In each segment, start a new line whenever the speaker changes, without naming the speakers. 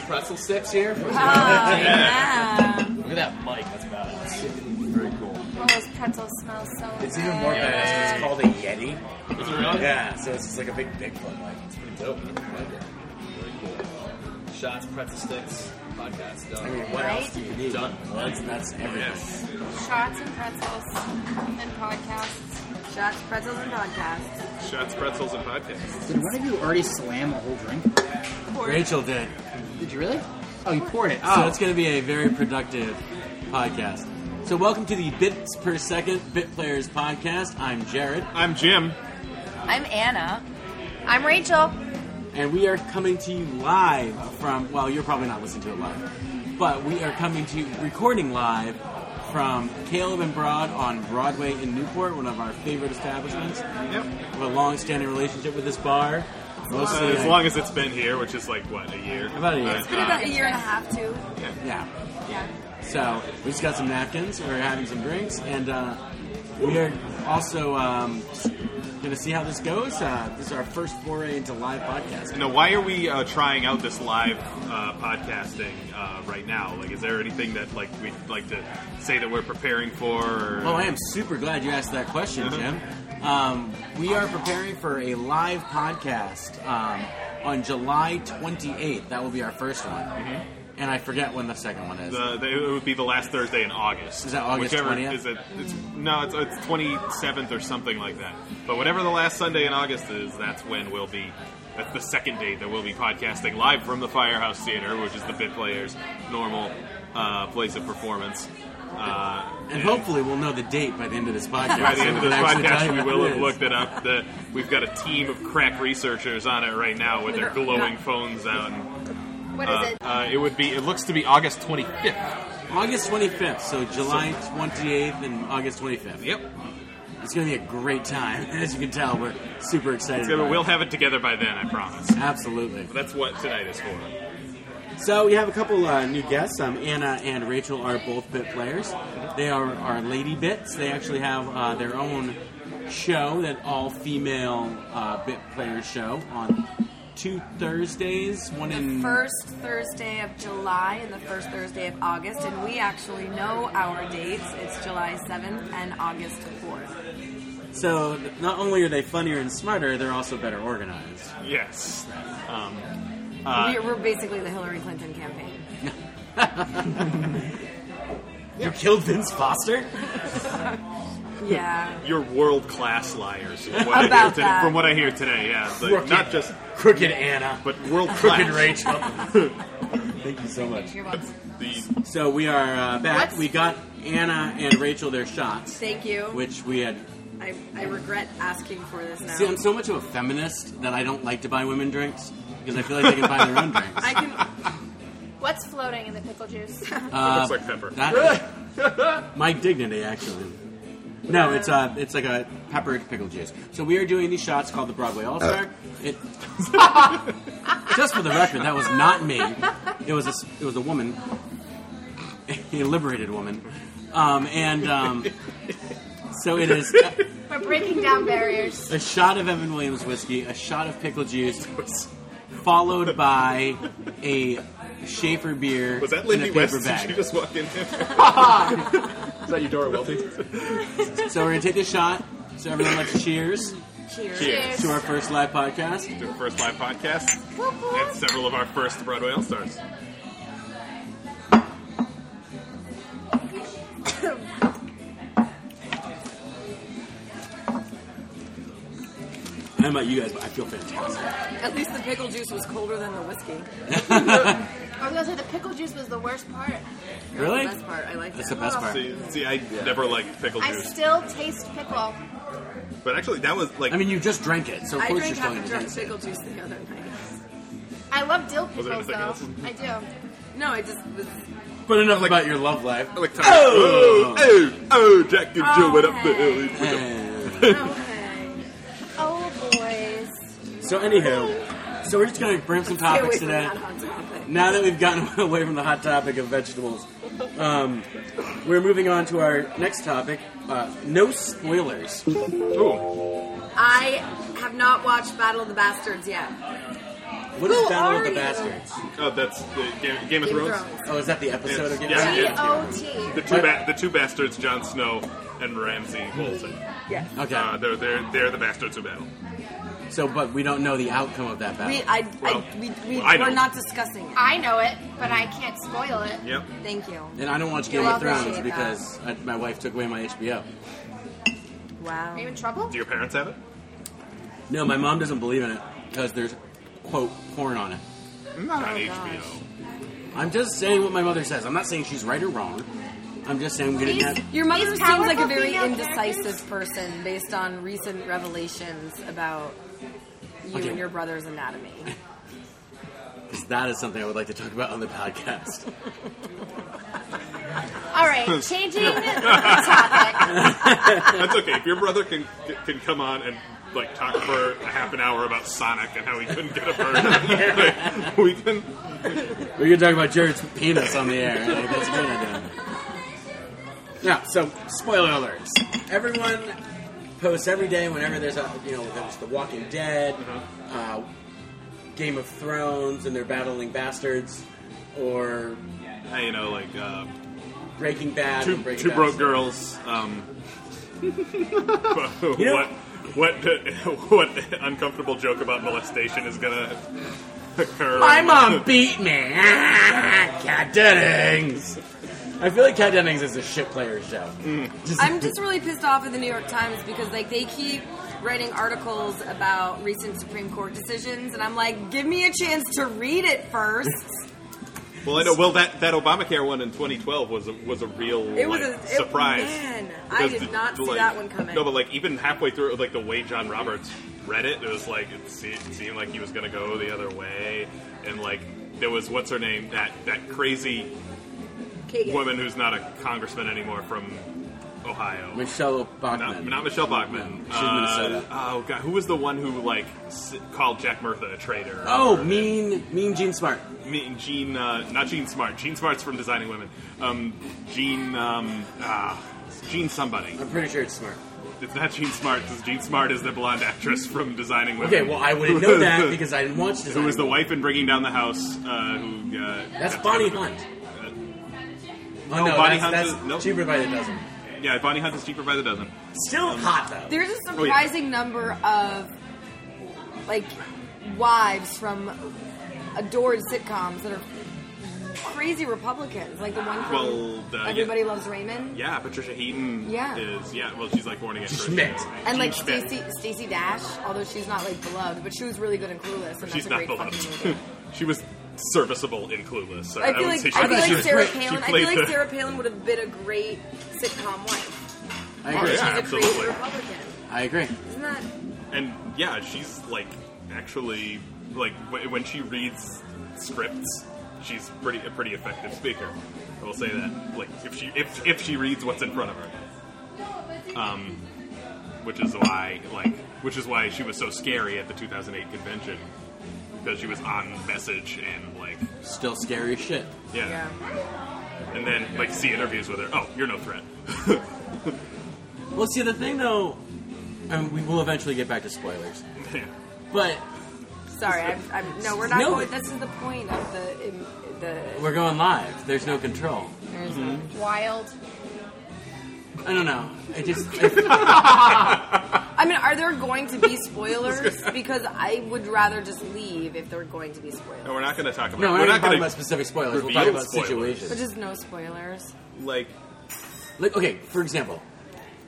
pretzel sticks here. For
Oh, yeah.
Look at that mic. That's badass.
Very cool.
Well, those pretzels smell so
It's even more
good.
badass. It's called a Yeti.
Is it really?
Yeah, so it's just like a big Bigfoot. Like, it's pretty dope.
Very cool. Shots, pretzel sticks, podcast
I
done.
mean, what else do you need?
Done.
Well, That's, that's everything.
Shots and pretzels and podcasts. Shots, pretzels, and podcasts.
Shots, pretzels, and podcasts.
Did one of you already slam a whole drink?
Rachel did.
Did you really? Oh, you poured it.
Ah.
So
Oh,
it's going to be a very productive podcast. So welcome to the Bits Per Second Bit Players podcast. I'm Jared,
I'm Jim.
I'm Anna. I'm Rachel.
and we are coming to you live from. Well, you're probably not listening to it live, but we are coming to you recording live from Caleb and Broad on Broadway in Newport, one of our favorite establishments.
Yep.
We have a long-standing relationship with this bar.
Uh,
Mostly
as
like-
long as it's been here, which is like what a year.
About a year.
Uh,
It's
Been about a year and a half too.
yeah.
Yeah.
So we just got some napkins. We're having some drinks, and uh, we are also um, going to see how this goes. Uh, this is our first foray into live podcasting.
now, why are we uh, trying out this live uh, podcasting uh, right now? Like, is there anything that like we'd like to say that we're preparing for? Or...
Oh, I am super glad you asked that question, Jim. Um, we are preparing for a live podcast um, on July 28th. That will be our first one, and I forget when the second one is.
Mm-hmm. The, the, it would be the last Thursday in August.
Is that August
Whichever
20th?
is it? It's, no, it's it's twenty seventh or something like that. But whatever the last Sunday in August is, that's when we'll be. That's the second date that we'll be podcasting live from the Firehouse Theater, which is the Bit Players' normal uh, place of performance. Uh,
and hopefully, we'll know the date by the end of this podcast.
by the
so
end of
we
this
can actually tell
podcast,
you
we
what
will
it
have
is.
looked it up. The, we've got a team of crack researchers on it right now with their glowing phones out.
What
Uh,
is it?
uh, it would be. It looks to be August twenty fifth.
August 25th, so July 28th and August 25th.
Yep.
It's going to be a great time. As you can tell, we're super excited.
Yeah, but
about
we'll
it.
have it together by then, I promise.
Absolutely.
That's what tonight is for.
So we have a couple uh, new guests. Um, Anna and Rachel are both bit players. They are, are lady bits. They actually have uh, their own show, that all female uh, bit player show on two Thursdays. One
The
in
first Thursday of July and the first Thursday of August, and we actually know our dates. It's July 7th and August 4th.
so th- not only are they funnier and smarter, they're also better organized.
Yes. Um,
Uh.
we're, we're basically the Hillary Clinton campaign.
You killed Vince Foster.
Yeah.
you're world class liars. From what, I hear
About
today,
that.
from what I hear today, yeah. The- not just,
crooked Anna,
but world class.
Rachel. Thank you so much.
You're welcome.
The,
So we are uh, back.
What's-
We got Anna and Rachel their shots,
Thank you.
which we had.
I, I regret asking for this now.
See, I'm so much of a feminist that I don't like to buy women drinks because I feel like they can buy their own drinks.
I can.
What's floating in the pickle juice?
looks like pepper.
Uh, That, my dignity, actually. No, it's a it's like a peppered pickle juice. So we are doing these shots called the Broadway All Star. It just for the record, that was not me. It was a s- it was a woman, a liberated woman, um, and um, so it is
We're breaking down barriers.
a shot of Evan Williams whiskey, a shot of pickle juice, followed by a Schaefer beer
was that
in a
Lindy
paper
West?
bag.
Did she just walk in?
Is that Eudora Welty?
So we're gonna take a shot. So everyone, let's cheers
Cheers.
Cheers.
to our first live podcast.
Our first live podcast. And several of our first Broadway All Stars.
I don't know about you guys, but I feel fantastic.
At least the pickle juice was colder than the whiskey.
I was gonna say the pickle juice was the worst part.
Really?
That's the best part. I like
That's the
that.
best part.
See, see I never liked pickle
I
juice.
still taste pickle.
But actually, that was like.
I mean, you just drank it, so of
I
course
drank
you're still
half
gonna
a jar
drink
of
it.
pickle juice the other night.
I love dill
there
pickles though.
anything else?
I do.
No, I just was.
But enough about your love life.
like oh, oh, oh, Jack and Jill went up the hill.
Eh.
Okay.
Oh boys.
so anywho, so we're just gonna bring some
Stay away
topics
from
today.
that hot topic.
Now that we've gotten away from the hot topic of vegetables, um, we're moving on to our next topic. Uh, no spoilers.
Ooh.
I have not watched Battle of the Bastards yet.
What is
Who
Battle of
are
the
you?
Bastards?
Oh, that's the Game, Game of
Game of
Thrones.
Thrones.
Oh, is that the episode of Game of
Yeah.
Thrones?
Yeah. The
T-O-T.
two ba- the two bastards, Jon Snow and Ramsay Bolton.
Yeah.
Okay.
Uh, they're they're they're the bastards who battle.
so, but we don't know the outcome of that battle.
We, I,
Well,
I, we, we,
I
we're
know.
not discussing it.
I know it, but I can't spoil it.
Yep.
Thank you.
and I don't watch Game
You'll
of Thrones
appreciate
because I, my wife took away my HBO.
Wow.
Are you in trouble?
Do your parents have it?
No, my mom doesn't believe in it because there's quote porn on it.
Not on HBO.
I'm just saying what my mother says. I'm not saying she's right or wrong. I'm just saying we didn't
These-
have.
Your mother
These
seems like a
powerful
very
female
indecisive
characters?
person based on recent revelations about you
Okay.
and your brother's anatomy.
Because that is something I would like to talk about on the podcast.
All right, changing topic.
That's okay. If your brother can can come on and like talk for a half an hour about Sonic and how he couldn't get a bird, on the air, like, we can.
We're gonna talk about Jared's penis on the air. Like, that's a good idea. Now, so spoiler alerts. Everyone posts every day whenever there's a you know there was The Walking Dead, uh, Game of Thrones, and they're battling bastards, or
Hey, you know, like uh,
Breaking Bad.
two
and Breaking
two
Bad.
broke girls. Um,
know-
what what what uncomfortable joke about molestation is gonna occur?
My mom beat me. Ah, Cat Dennings. I feel like Cat Dennings is a shit player show.
Mm.
I'm just really pissed off at the New York Times because like they keep writing articles about recent Supreme Court decisions, and I'm like, give me a chance to read it first.
Well, I know. Well, that, that Obamacare one in 2012 was a, was a real
It was
like,
a- it-
surprise.
man, I
Because
did
the-
not see
like-
that one coming.
No, but like even halfway through, like the way John Roberts read it, it was like it se- it seemed like he was going to go the other way, and like there was what's her name that that crazy
Kagan.
woman who's not a congressman anymore from Ohio.
Michelle
not,
Bachman.
not Michelle Bachman.
No, she's
Uh,
Minnesota.
oh god, who was the one who like s- called Jack Murtha a traitor?
Oh,
Or-
mean, mean Gene Smart.
Me- Gene, uh, not Gene Smart. Gene Smart's from Designing Women. Um, Gene, um, ah, Gene somebody.
I'm pretty sure it's Smart.
It's not Gene Smart. Because Gene Smart is the blonde actress from Designing Women.
Okay, well, I wouldn't know that because I didn't watch this.
who was the wife in Bringing Down the House? Uh, who? Uh,
That's
got
Bonnie
together with-
Hunt.
no,
Oh, no,
Bonnie
that's,
Hunt
that's
is- nope.
cheaper by the dozen.
Yeah, Bonnie Hunt is cheaper by the dozen.
Still
Um,
hot though.
There's a
Oh, yeah.
surprising number of like wives from adored sitcoms that are crazy Republicans, like the one from
Well, uh, the-
Everybody Loves Raymond,
Yeah, Patricia Heaton.
Yeah.
Is yeah. Well, she's like warning actress.
Schmidt.
and like
She's Schmidt.
Stacy Stacy Dash, although she's not like beloved, but she was really good in Clueless, and
She's
that's a
not
great fucking movie.
beloved. she was serviceable in Clueless. So
I feel
would
like
say she
I feel
was-
like
she
Sarah
played- she
Palin. I
played
feel
the-
like Sarah Palin would have been a great sitcom wife.
I
Oh,
agree.
yeah,
She's a
absolutely.
crazy Republican.
I agree.
Isn't that
and yeah, she's like actually like w- when she reads scripts, she's pretty a pretty effective speaker. I will say that. Like if she if if she reads what's in front of her, um, which is why like which is why she was so scary at the 2008 convention because she was on message and like
Still scary as shit.
yeah.
yeah.
And then like see interviews with her. Oh, you're no threat.
Well, see the thing though, I mean, we will eventually get back to spoilers,
yeah.
but
Sorry, I'm, I'm, no, we're not
No.
going. This is the point of the im- the.
we're going live. There's no control.
there's a-
Mm-hmm.
Wild.
I don't know. I just I,
I mean, are there going to be spoilers? because I would rather just leave if there were going to be spoilers.
No, we're not going to talk about.
no, we're,
we're not
not talking
going to
about specific spoilers. We'll talk
reveal
about
spoilers.
But
situations.
just no spoilers.
like
Like, okay, for example,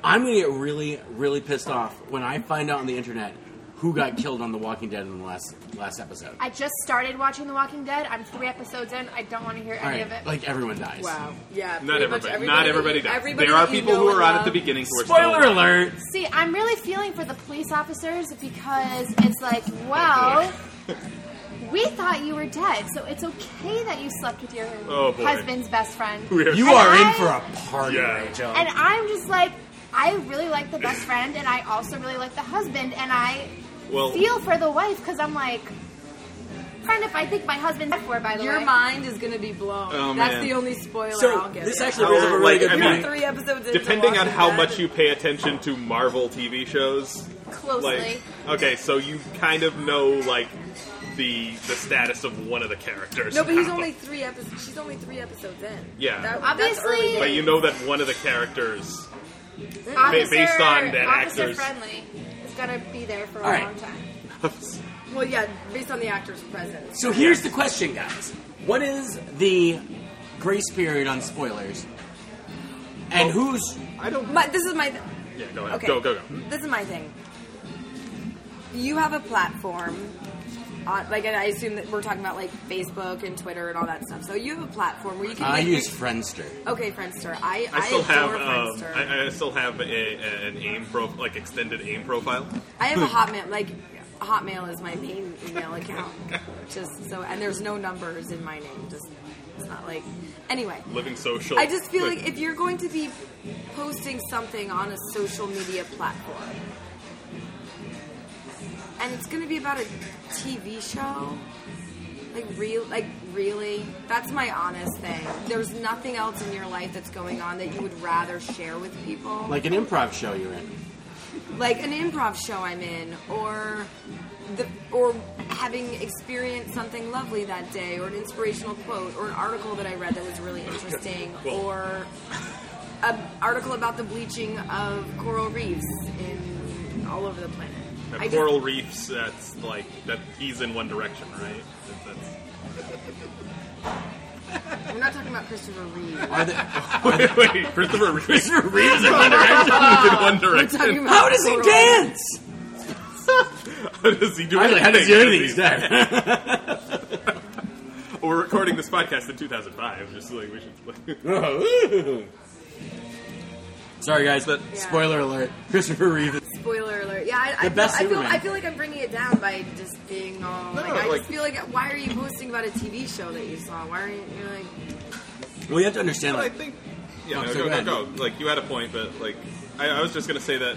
I'm gonna get really, really pissed off when I find out on the internet who got killed on The Walking Dead in the last last episode.
I just started watching The Walking Dead. I'm three episodes in. I don't want to hear
All
any
right,
of it.
like everyone dies.
Wow. Yeah.
Not
pretty much
everybody. Not everybody
that
does.
you- everybody
there are
that you
people
know
who
and
are on at
love.
the beginning who are
Spoiler
still
alert!
See, I'm really feeling for the police officers because it's like, well, we thought you were dead, so it's okay that you slept with your
Oh, boy.
husband's best friend.
Weird.
You
And
are in
I-
for a party,
Yeah.
Rachel.
And I'm just like, I really like the best friend, and I also really like the husband, and I
Well-
feel for the wife because I'm like, friend, if I think my husband's dead for, by the
Your
way.
mind is going to be blown.
Oh,
That's
man.
the only spoiler I'll
so
give.
this
you.
actually
How-
brings up a really
like,
good
I
You're
mean-
point.
three episodes into
depending on
Walking
how
Dead.
much you pay attention to Marvel TV shows,
closely.
like okay, so you kind of know like the the status of one of the characters.
No, but he's
now.
only three episodes. She's only three episodes in.
Yeah.
That- that's
Obviously-
early
But you
days.
know that one of the characters.
officer,
based on that
officer
actor's-
friendly. It's gotta be there for a
All right.
long time.
Well, yeah, based on the actor's presence.
So here's the question, guys. What is the grace period on spoilers? And who's
I don't.
My, this is my. Th-
Yeah, go ahead.
okay.
Go go go.
This is my thing. You have a platform. On, like, and I assume that we're talking about like Facebook and Twitter and all that stuff. So you have a platform where you can.
I
make
use
your-
Friendster.
Okay, Friendster. I
I still have
adore
um,
Friendster.
I, I still have a, a- an aim pro like extended aim profile.
I have a Hotmail. Like Hotmail is my main email account. Just so, and there's no numbers in my name. Just it's not like anyway.
Living social.
I just feel like if you're going to be posting something on a social media platform, and it's going to be about a TV show, like real, like really, that's my honest thing. There's nothing else in your life that's going on that you would rather share with people
Like an improv show you're in.
like an improv show I'm in, or the or having experienced something lovely that day, or an inspirational quote, or an article that I read that was really interesting, or an article about the bleaching of coral reefs in all over the planet.
That
I just-
coral reefs. That's like that. He's in one direction, right? That- that's-
we're not talking about Christopher Reeve.
Are the,
Wait, wait, Christopher Reeve is
Christopher Reeves
in one direction. He's in one
We're
direction.
talking about
How does he
coral-
dance?
How does he do
Actually,
anything?
how does he do anything? He's dead.
We're recording this podcast in 2005. Just like we should.
Sorry, guys. But
Yeah.
spoiler alert: Christopher Reeve.
Spoiler alert! Yeah, I, I,
The best
feel, I feel
Superman.
I feel like I'm bringing it down by just being all
No,
like I
like-
just feel like why are you posting about a TV show that you saw? Why aren't you like
Well, you have to understand.
But I
Like,
think. Yeah,
Oh,
no,
so
go,
go
go, go, Like you had a point, but like I, I was just gonna say that,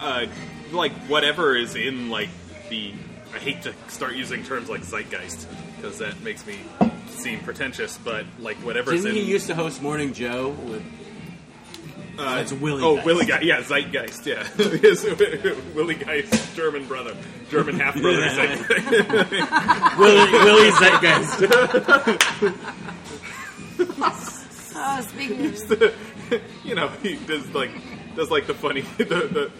uh, uh, like whatever is in like the. I hate to start using terms like zeitgeist because that makes me seem pretentious, but like whatever's
didn't
in.
he used to host Morning Joe with?
Uh,
That's Willy
Oh,
Geist.
Willy Geist. Yeah, Zeitgeist. Yeah, His- Willy Geist, German brother, German half brother.
Willie, Willie Zeitgeist.
oh speaking of
you know, he does like does like the funny the, the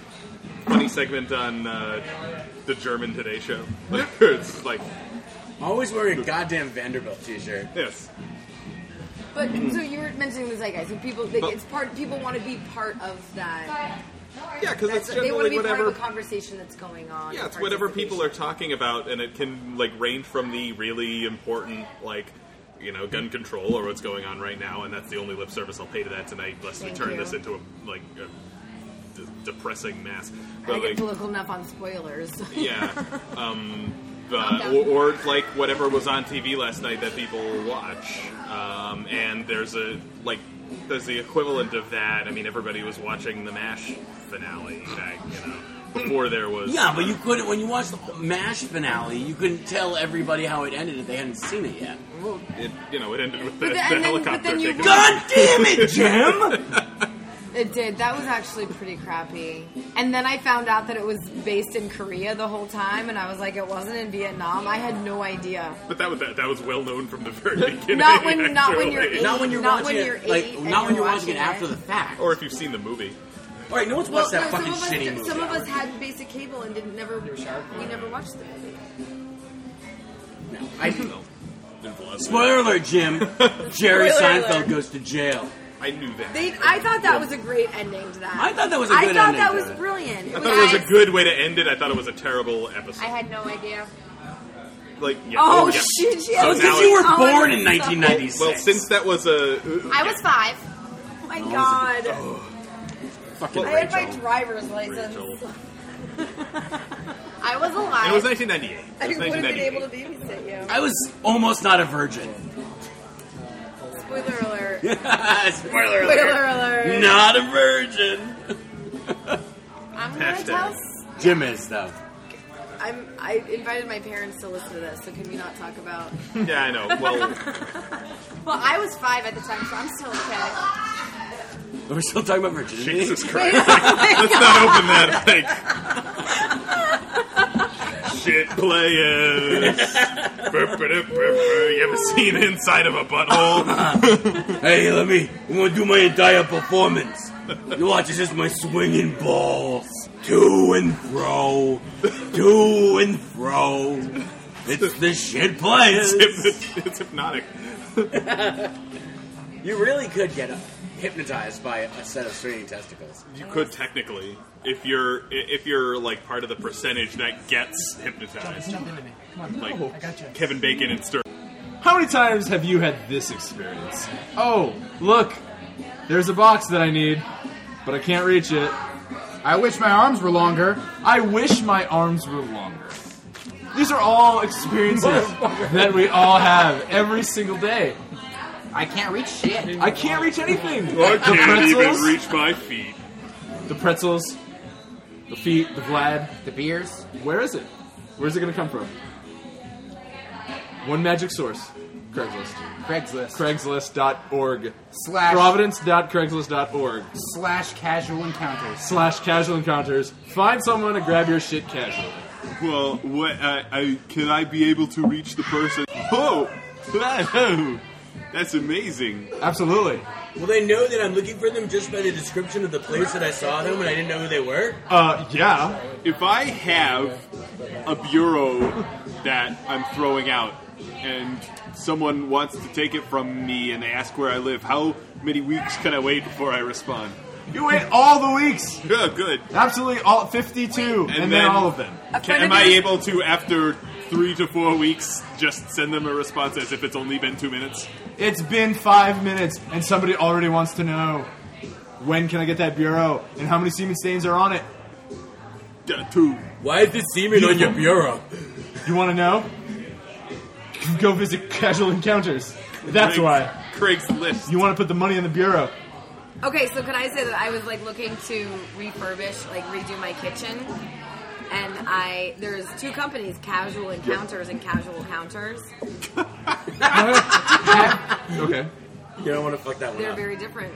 funny segment on uh, the German Today Show. Like, it's like
Always wearing a goddamn Vanderbilt t-shirt.
yes,
But
Mm-hmm.
so you were mentioning the zeitgeist, so people like, it's part. People want to be part of that.
yeah, because
That's,
it's
they want to
generally
be part
whatever.
of the conversation that's going on.
Yeah, it's whatever people are talking about, and it can like range from the really important like. You know, gun control or what's going on right now, and that's the only lip service I'll pay to that tonight. Lest
Thank
we turn
you.
this into a like a de- depressing mess.
I
But
get
like,
political enough on spoilers.
yeah, um, uh, or, or like whatever was on TV last night that people watch. Um, and there's a like there's the equivalent of that. I mean, everybody was watching the Mash finale, back, you know, before there was
Yeah, but you couldn't when you watched the Mash finale. You couldn't tell everybody how it ended if they hadn't seen it yet.
it, you know it ended with the,
But
the,
then- and then- but
helicopter
then you
taking.
watch-
God damn it, Jim!
it did. That was actually pretty crappy. And then I found out that it was based in Korea the whole time, and I was like, it wasn't in Vietnam. I had no idea.
But that was that, that was well known from the very beginning.
Not when- not when you're
actually.
eight.
not when you're
Not when
watching it,
you're eight
like
and
not when
you're
you're watching
watching
it after
it.
the fact.
Or if you've seen the movie,
all right, no one's watched that
no, some
fucking
of us,
shitty movie.
some of us had basic cable and didn't never we never watched the movie.
I knew.
Spoiler alert, Jim.
Spoiler
Jerry Seinfeld
alert.
goes to jail.
I knew that.
They, I thought that was a great ending to that.
I thought that was a
I
good
thought
ending
that
to
was
it.
brilliant. It
I thought it was
I-
a good way to end it. I thought it was a terrible
I
episode.
had no idea.
Like, yeah.
Oh,
yeah.
shit! She
So
Oh,
has
now
because you were
it's-
born in
Oh,
1996.
Well, since that was a uh,
I was five.
Oh my god!
fucking
I had my
Rachel.
driver's license.
Rachel.
I was
And it was
alive.
1998.
I
It was
wouldn't have been
1998.
able to babysit you.
I was almost not a virgin.
Spoiler alert!
Spoiler
Spoiler alert!
Not a virgin.
I'm gonna
Hashtag.
tell.
Jim is though.
I'm. I invited my parents to listen to this, so can we not talk about?
Yeah, I know. Well,
Well, I was five at the time, so I'm still okay.
We're still talking about virginity.
Jesus Christ. Let's not open that. Like, Bullshit players. Burp, burp, burp, burp. You ever seen inside of a butthole?
Hey, let me. I'm gonna do my entire performance. You watch, it's just my swinging balls to and fro, to and fro. It's the shit players.
it's, it's hypnotic.
You really could get hypnotized by a set of stringing testicles.
You could technically, if you're if you're like part of the percentage that gets hypnotized,
Jump into me. Come on.
like
I got you.
Kevin Bacon and Stir.
How many times have you had this experience? Oh, look, there's a box that I need, but I can't reach it.
I wish my arms were longer.
I wish my arms were longer. These are all experiences that we all have every single day.
I can't reach shit.
I can't reach anything.
I
the
can't even
pretzels,
reach my feet.
the pretzels, the feet, the Vlad.
The beers.
Where is it? Where's it gonna come from? One magic source. Craigslist.
Craigslist.
Craigslist.org.
Slash-
Providence.craigslist.org.
slash casual encounters.
Slash casual encounters. Find someone to grab your shit casually.
Well, what? I, I can I be able to reach the person? Oh, wow, that's amazing.
Absolutely.
Will they know that I'm looking for them just by the description of the place that I saw them and I didn't know who they were?
Uh, yeah.
If I have a bureau that I'm throwing out and someone wants to take it from me and they ask where I live, how many weeks can I wait before I respond?
You wait all the weeks.
Yeah, good.
Absolutely all 52.
And
and then
then-
all of them.
A
Can,
friend
am
of
I
yours-
able to, after three to four weeks, just send them a response as if it's only been two minutes?
It's been five minutes, and somebody already wants to know when can I get that bureau and how many semen stains are on it.
D- two.
Why is this semen on your bureau?
You want to know? Go visit Casual Encounters. That's
Craig's-
why.
Craig's list.
You want to put the money in the bureau.
Okay, so can I say that I was like looking to refurbish, like redo my kitchen, and I there's two companies, Casual Encounters and Casual Counters.
Okay.
You don't want to fuck that one
They're
up.
very different.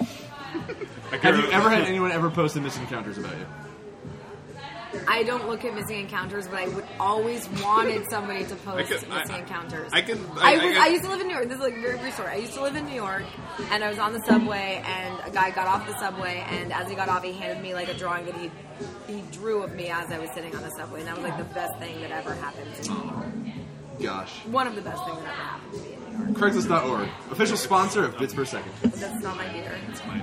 I can't
Have you
remember.
ever had anyone ever post a misencounters about you?
I don't look at missing encounters, but I would always wanted somebody to post
could- I-
missing encounters.
I can- I-
I,
I
was,
can-
I used to live in New York. This is like very brief story. I used to live in New York, and I was on the subway, and a guy got off the subway, and as he got off, he handed me like a drawing that he he drew of me as I was sitting on the subway, and that was like the best thing that ever happened to me.
Gosh.
One of the best things that ever happened to me. in New York.
Craigslist.org. Official sponsor of Bits Per Second.
That's not my beer.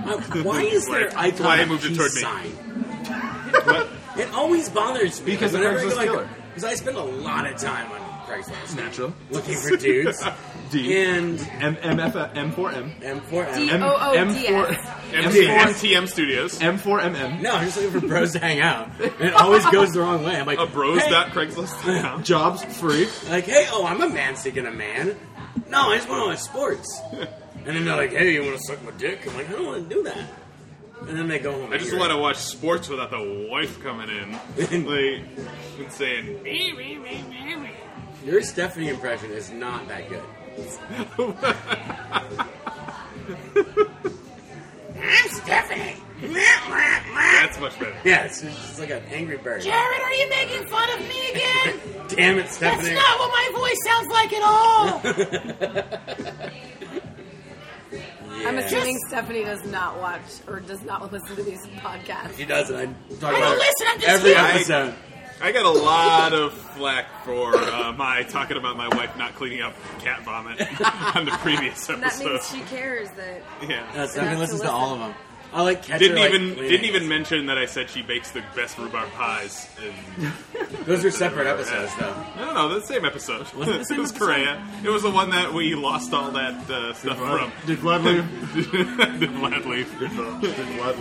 Uh, Why is
That's
there
why I
icon
moved it
peace
toward me.
sign? it always bothers me.
Because
like,
the
whenever I
Craigslist
go, like,
killer.
Because I spend a lot of time on Craigslist
Natural.
looking for dudes.
D.
and
M- MF- M4M.
M4M.
D-
Oh,
M-
O-O-D-S.
MC-
M4-
MTM Studios.
M4MM.
No, I'm just looking for bros to hang out. And it always goes the wrong way. I'm like,
A bros.
Hey,
dot Craigslist.
Jobs free.
like, hey, oh, I'm a man seeking a man. No, I just want to watch sports. And then they're like, hey, you want to suck my dick? I'm like, I don't want to do that. And then they go home.
I just want to watch sports without the wife coming in, like and saying,
to. Your Stephanie impression is not that good. I'm Stephanie.
"That's much better."
Yeah, it's just like an angry bird.
Jared, are you making fun of me again?
Damn it,
That's
Stephanie.
not what my voice sounds like at all.
I'm assuming Stephanie does not watch or does not listen to these podcasts.
She doesn't. I talk
I
about
don't
it
listen. I'm just
every
here.
episode.
I got a lot of flack for uh, my talking about my wife not cleaning up cat vomit on the previous
And that
episode.
means she cares that
yeah.
Uh, Stephanie listens to all of them. I like catch her,
Didn't
like,
even
cleaning.
didn't even mention that I said she bakes the best rhubarb pies. In,
Those are separate episodes, though.
no, no, the same episode.
Wasn't it the same
it was
episode?
Korea. It was the one that we lost all that uh, stuff from.
Did Vlad leave?
Did Vlad leave?
Did Vlad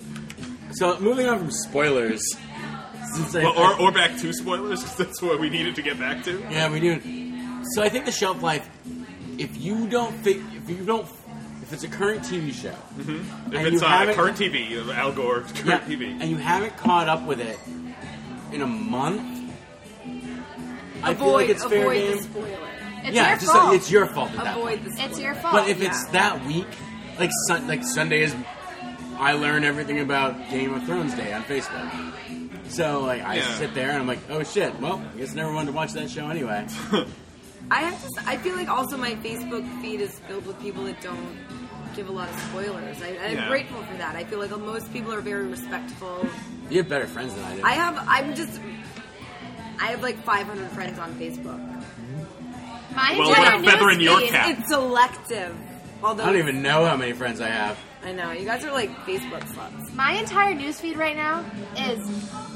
leave?
So moving on from spoilers. Since I,
Well, or, or back to spoilers because that's what we needed to get back to.
yeah, we do. So I think the shelf life. If you don't think, if you don't, if it's a current TV show,
Mm-hmm. If
And
it's
you
on
haven't-
current TV, of Al Gore current
yeah,
TV.
and you haven't caught up with it in a month, I feel
avoid
like it's fair
avoid the
game.
spoiler.
It's
yeah,
your
just
fault.
like, it's your fault. At that
Avoid
point.
the spoiler.
it's your fault.
Oh,
But if it's
yeah.
that week, like sun, like Sunday is, I learn everything about Game of Thrones Day on Facebook. So like I
Yeah.
sit there and I'm like, oh shit. Well, I guess I never wanted to watch that show anyway.
I have to. s- I feel like also my Facebook feed is filled with people that don't give a lot of spoilers. I, I'm
Yeah.
grateful for that. I feel like most people are very respectful.
You have better friends than I do.
I have. I'm just. I have like 500 friends on Facebook.
Mine's
Well,
on
what
our
a feather in your
newsfeed.
cap.
It's selective. Although
I don't even know how many friends I have.
I know you guys are like Facebook sluts
My entire newsfeed right now is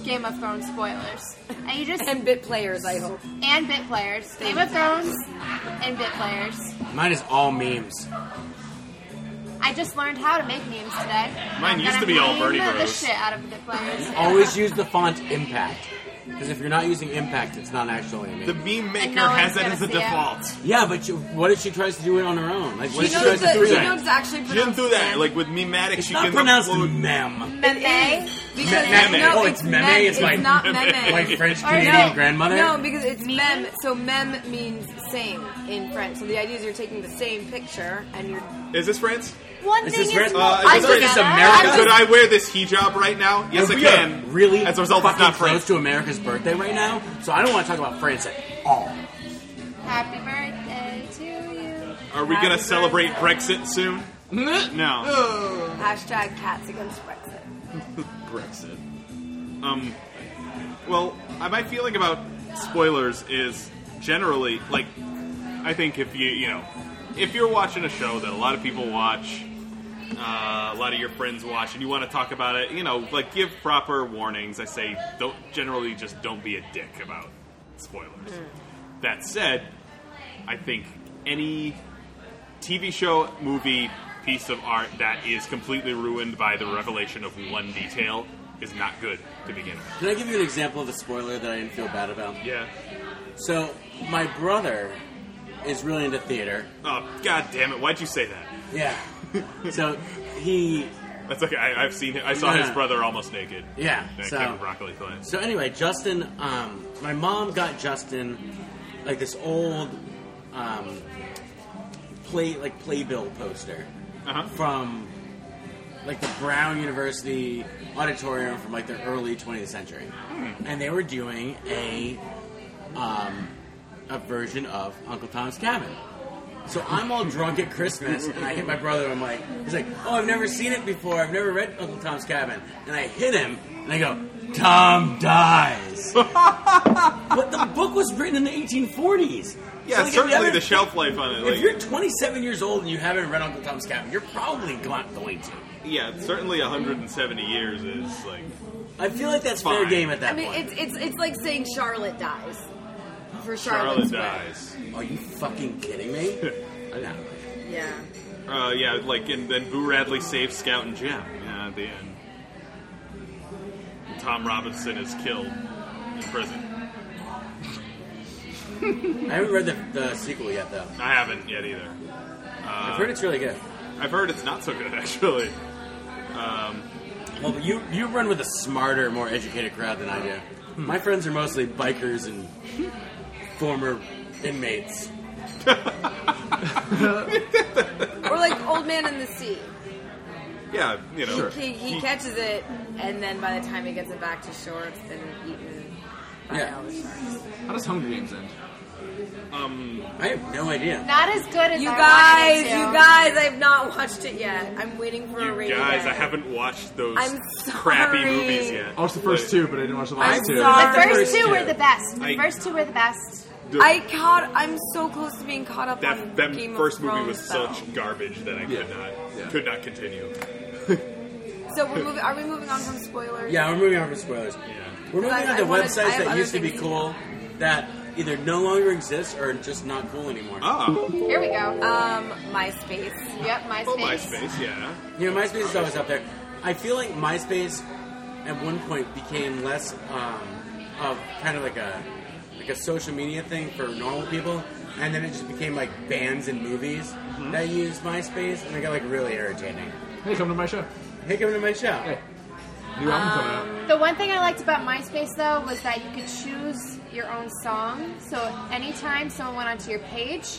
Game of Thrones spoilers. And you just
and bit players. I hope.
and bit players. Game of Thrones and bit players.
Mine is all memes.
I just learned how to make memes today. Mine
used to be all Bernie
the
Bros. Oh,
shit out of bit players.
Always use the font Impact. Because if you're not using Impact, it's not actually a meme.
The meme maker
no one's
has that
gonna
as a
see it.
default.
yeah, but you, what if she tries to do it on her own? Like,
She
what if she
knows,
tries
the,
to do
she
that?
knows actually.
She didn't do that.
pronunciation.
Like with Mematic,
It's
she
not
can
pronounced
upload-
mem.
Meme.
Because
Meme.
no,
Oh,
it's
it's meme?
mem.
It's my-
not meme.
My French
Or
Canadian
no.
grandmother?
No, because it's mem. So mem means same in French. So the idea is you're taking the same picture and you're.
Is this France?
One
Is
thing
this
is,
red-
Uh,
I
is this
just-
red- America?
I'm
Could
just-
I wear this hijab right now? Yes, I
we
can.
are really
As a result, it's
fucking
not
close
France.
to America's birthday right now, so I don't want to talk about France at all.
Happy birthday to you.
Are we gonna celebrate Brexit soon? No.
Hashtag cats against Brexit.
Brexit. Um. Well, I- my feeling about spoilers is generally like, I think if you you know, if you're watching a show that a lot of people watch, uh, a lot of your friends watch, and you want to talk about it, you know, like give proper warnings. I say don't generally just don't be a dick about spoilers. That said, I think any TV show, movie, piece of art that is completely ruined by the revelation of one detail is not good to begin with.
Can I give you an example of a spoiler that I didn't feel bad about?
Yeah.
So, my brother is really into theater.
Oh, god damn it, why'd you say that?
Yeah. so, he
That's okay, I, I've seen him. I saw
Yeah.
his brother almost naked.
Yeah,
That
so-
Kevin Broccoli play.
So anyway, Justin, um, my mom got Justin like this old um, play like playbill poster
Uh-huh.
from like the Brown University auditorium from like the early 20th century,
Hmm.
and they were doing a um, a version of Uncle Tom's Cabin. So I'm all drunk at Christmas, and I hit my brother. I'm like, he's like, "Oh, I've never seen it before. I've never read Uncle Tom's Cabin." And I hit him, and I go, "Tom dies." but the book was written in the 1840s.
Yeah,
So, like, if you
certainly
haven't-
the shelf life on it.
If you're
Like,
27 years old and you haven't read Uncle Tom's Cabin, you're probably not going to.
yeah, certainly 170 years is like.
I feel like that's fair
Fine.
game at that
I mean,
point.
it's it's it's like saying Charlotte dies. For Charlotte's
Charlotte dies.
Are you fucking kidding me? no.
Way. Yeah.
Uh, yeah, like, and then Boo Radley saves Scout and Jim yeah, at the end. And Tom Robinson is killed in prison.
I haven't read the, the sequel yet, though.
I haven't yet either.
I've heard it's really good.
I've heard it's not so good actually.
Uh, Well, you you run with a smarter, more educated crowd than I do. My friends are mostly bikers and former inmates.
Or like Old Man in the Sea.
Yeah, you know.
He, he catches it, and then by the time he gets it back to shore, it's been eaten by
Yeah.
all the sharks.
How does Hunger Games end?
I have no idea.
Not as good as
You
I
guys,
wanted it to.
you guys, I've not watched it yet. I'm waiting for a
You
rating.
guys, I haven't watched those
I'm
crappy
sorry.
movies yet.
I watched the first two, but I didn't watch the last two.
sorry.
The first two
two.
were the best. The
I-
first two were the best.
The-
I caught. I'm so close to being caught up on
that that
Game
first
of
movie
Thrones.
was
though.
such garbage that I could
Yeah.
not
Yeah.
could not continue.
So we're moving. Are we moving on from spoilers?
Yeah, we're moving on from spoilers. We're moving
Guys,
on
I
to
wanna- I
websites
have
that
other
used to be
things.
cool that either no longer exist or are just not cool anymore.
Oh,
Here we go.
Um, MySpace.
yep, MySpace.
oh MySpace, yeah.
You know, MySpace is always up there. I feel like MySpace at one point became less um, of kind of like a like a social media thing for normal people, and then it just became like bands and movies that used MySpace, and it got like really irritating.
Mm-hmm. Hey, come to my show.
Hey, come to my show.
Hey, new album coming out.
The one thing I liked about MySpace though was that you could choose your own song. So anytime someone went onto your page,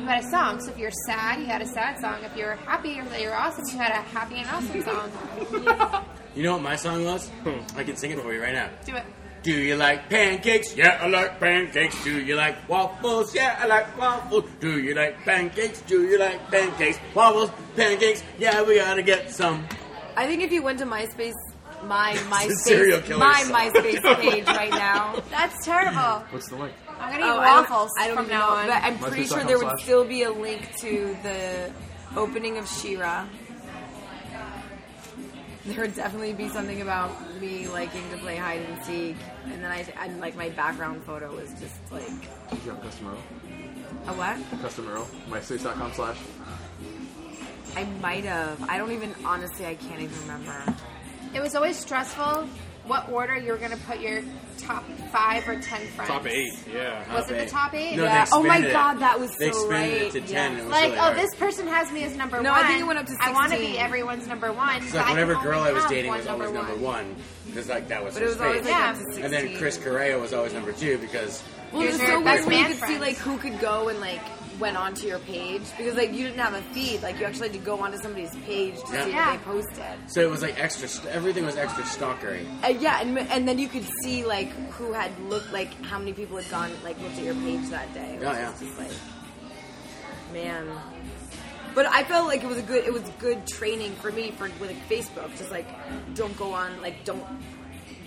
you had a song. So if you're sad, you had a sad song. If you were happy or that you were awesome, you had a happy and awesome song.
You know what my song was?
Hmm.
I can sing it for you right now.
Do it.
Do you like pancakes? Yeah, I like pancakes. Do you like waffles? Yeah, I like waffles. Do you like pancakes? Do you like pancakes? Waffles, pancakes. Yeah, we gotta get some.
I think if you went to MySpace, my
serial
MySpace,
killer
my
song.
MySpace page right now.
That's terrible.
What's the link?
I'm gonna eat
Oh, I don't,
waffles
I don't
from
know,
now on.
but I'm pretty sure there would
MySpace.com/slash.
still be a link to the opening of Shira. There would definitely be something about me liking to play hide and seek, and then I, I'm like my background photo was just like
Did you have custom URL?
a what?
Custom URL. MySpace.com slash.
I might have. I don't even honestly. I can't even remember.
It was always stressful what order you were going to put your top five or ten friends.
Top eight, yeah.
Was it the top eight?
No, they
Yeah. Oh my
expanded it.
God, that was
They
so
expanded it to
right.
ten.
Yeah.
It was
Like,
really
oh,
hard.
this person has me as number
No, I
one.
think it went up to
I want to
16.
be everyone's number one.
It's
but
like
I
whatever
can
girl
only
I was
have
dating
one
was always number one because like that was
But it
her
was always like
space.
Yeah.
up to 16.
and then Chris Correa was always number two because
Well,
Here's
it's
your
so weird
best
when you
man
could see
friends.
like who could go and like went onto your page because like you didn't have a feed. Like you actually had to go onto somebody's page to
Yeah.
see
Yeah.
what they posted.
so it was like extra. St- everything was extra stalkery.
Uh, yeah, and and then you could see like who had looked like how many people had gone like looked at your page that day.
Yeah, yeah.
It's just like man. But I felt like it was a good it was good training for me for with like, Facebook. Just like don't go on like don't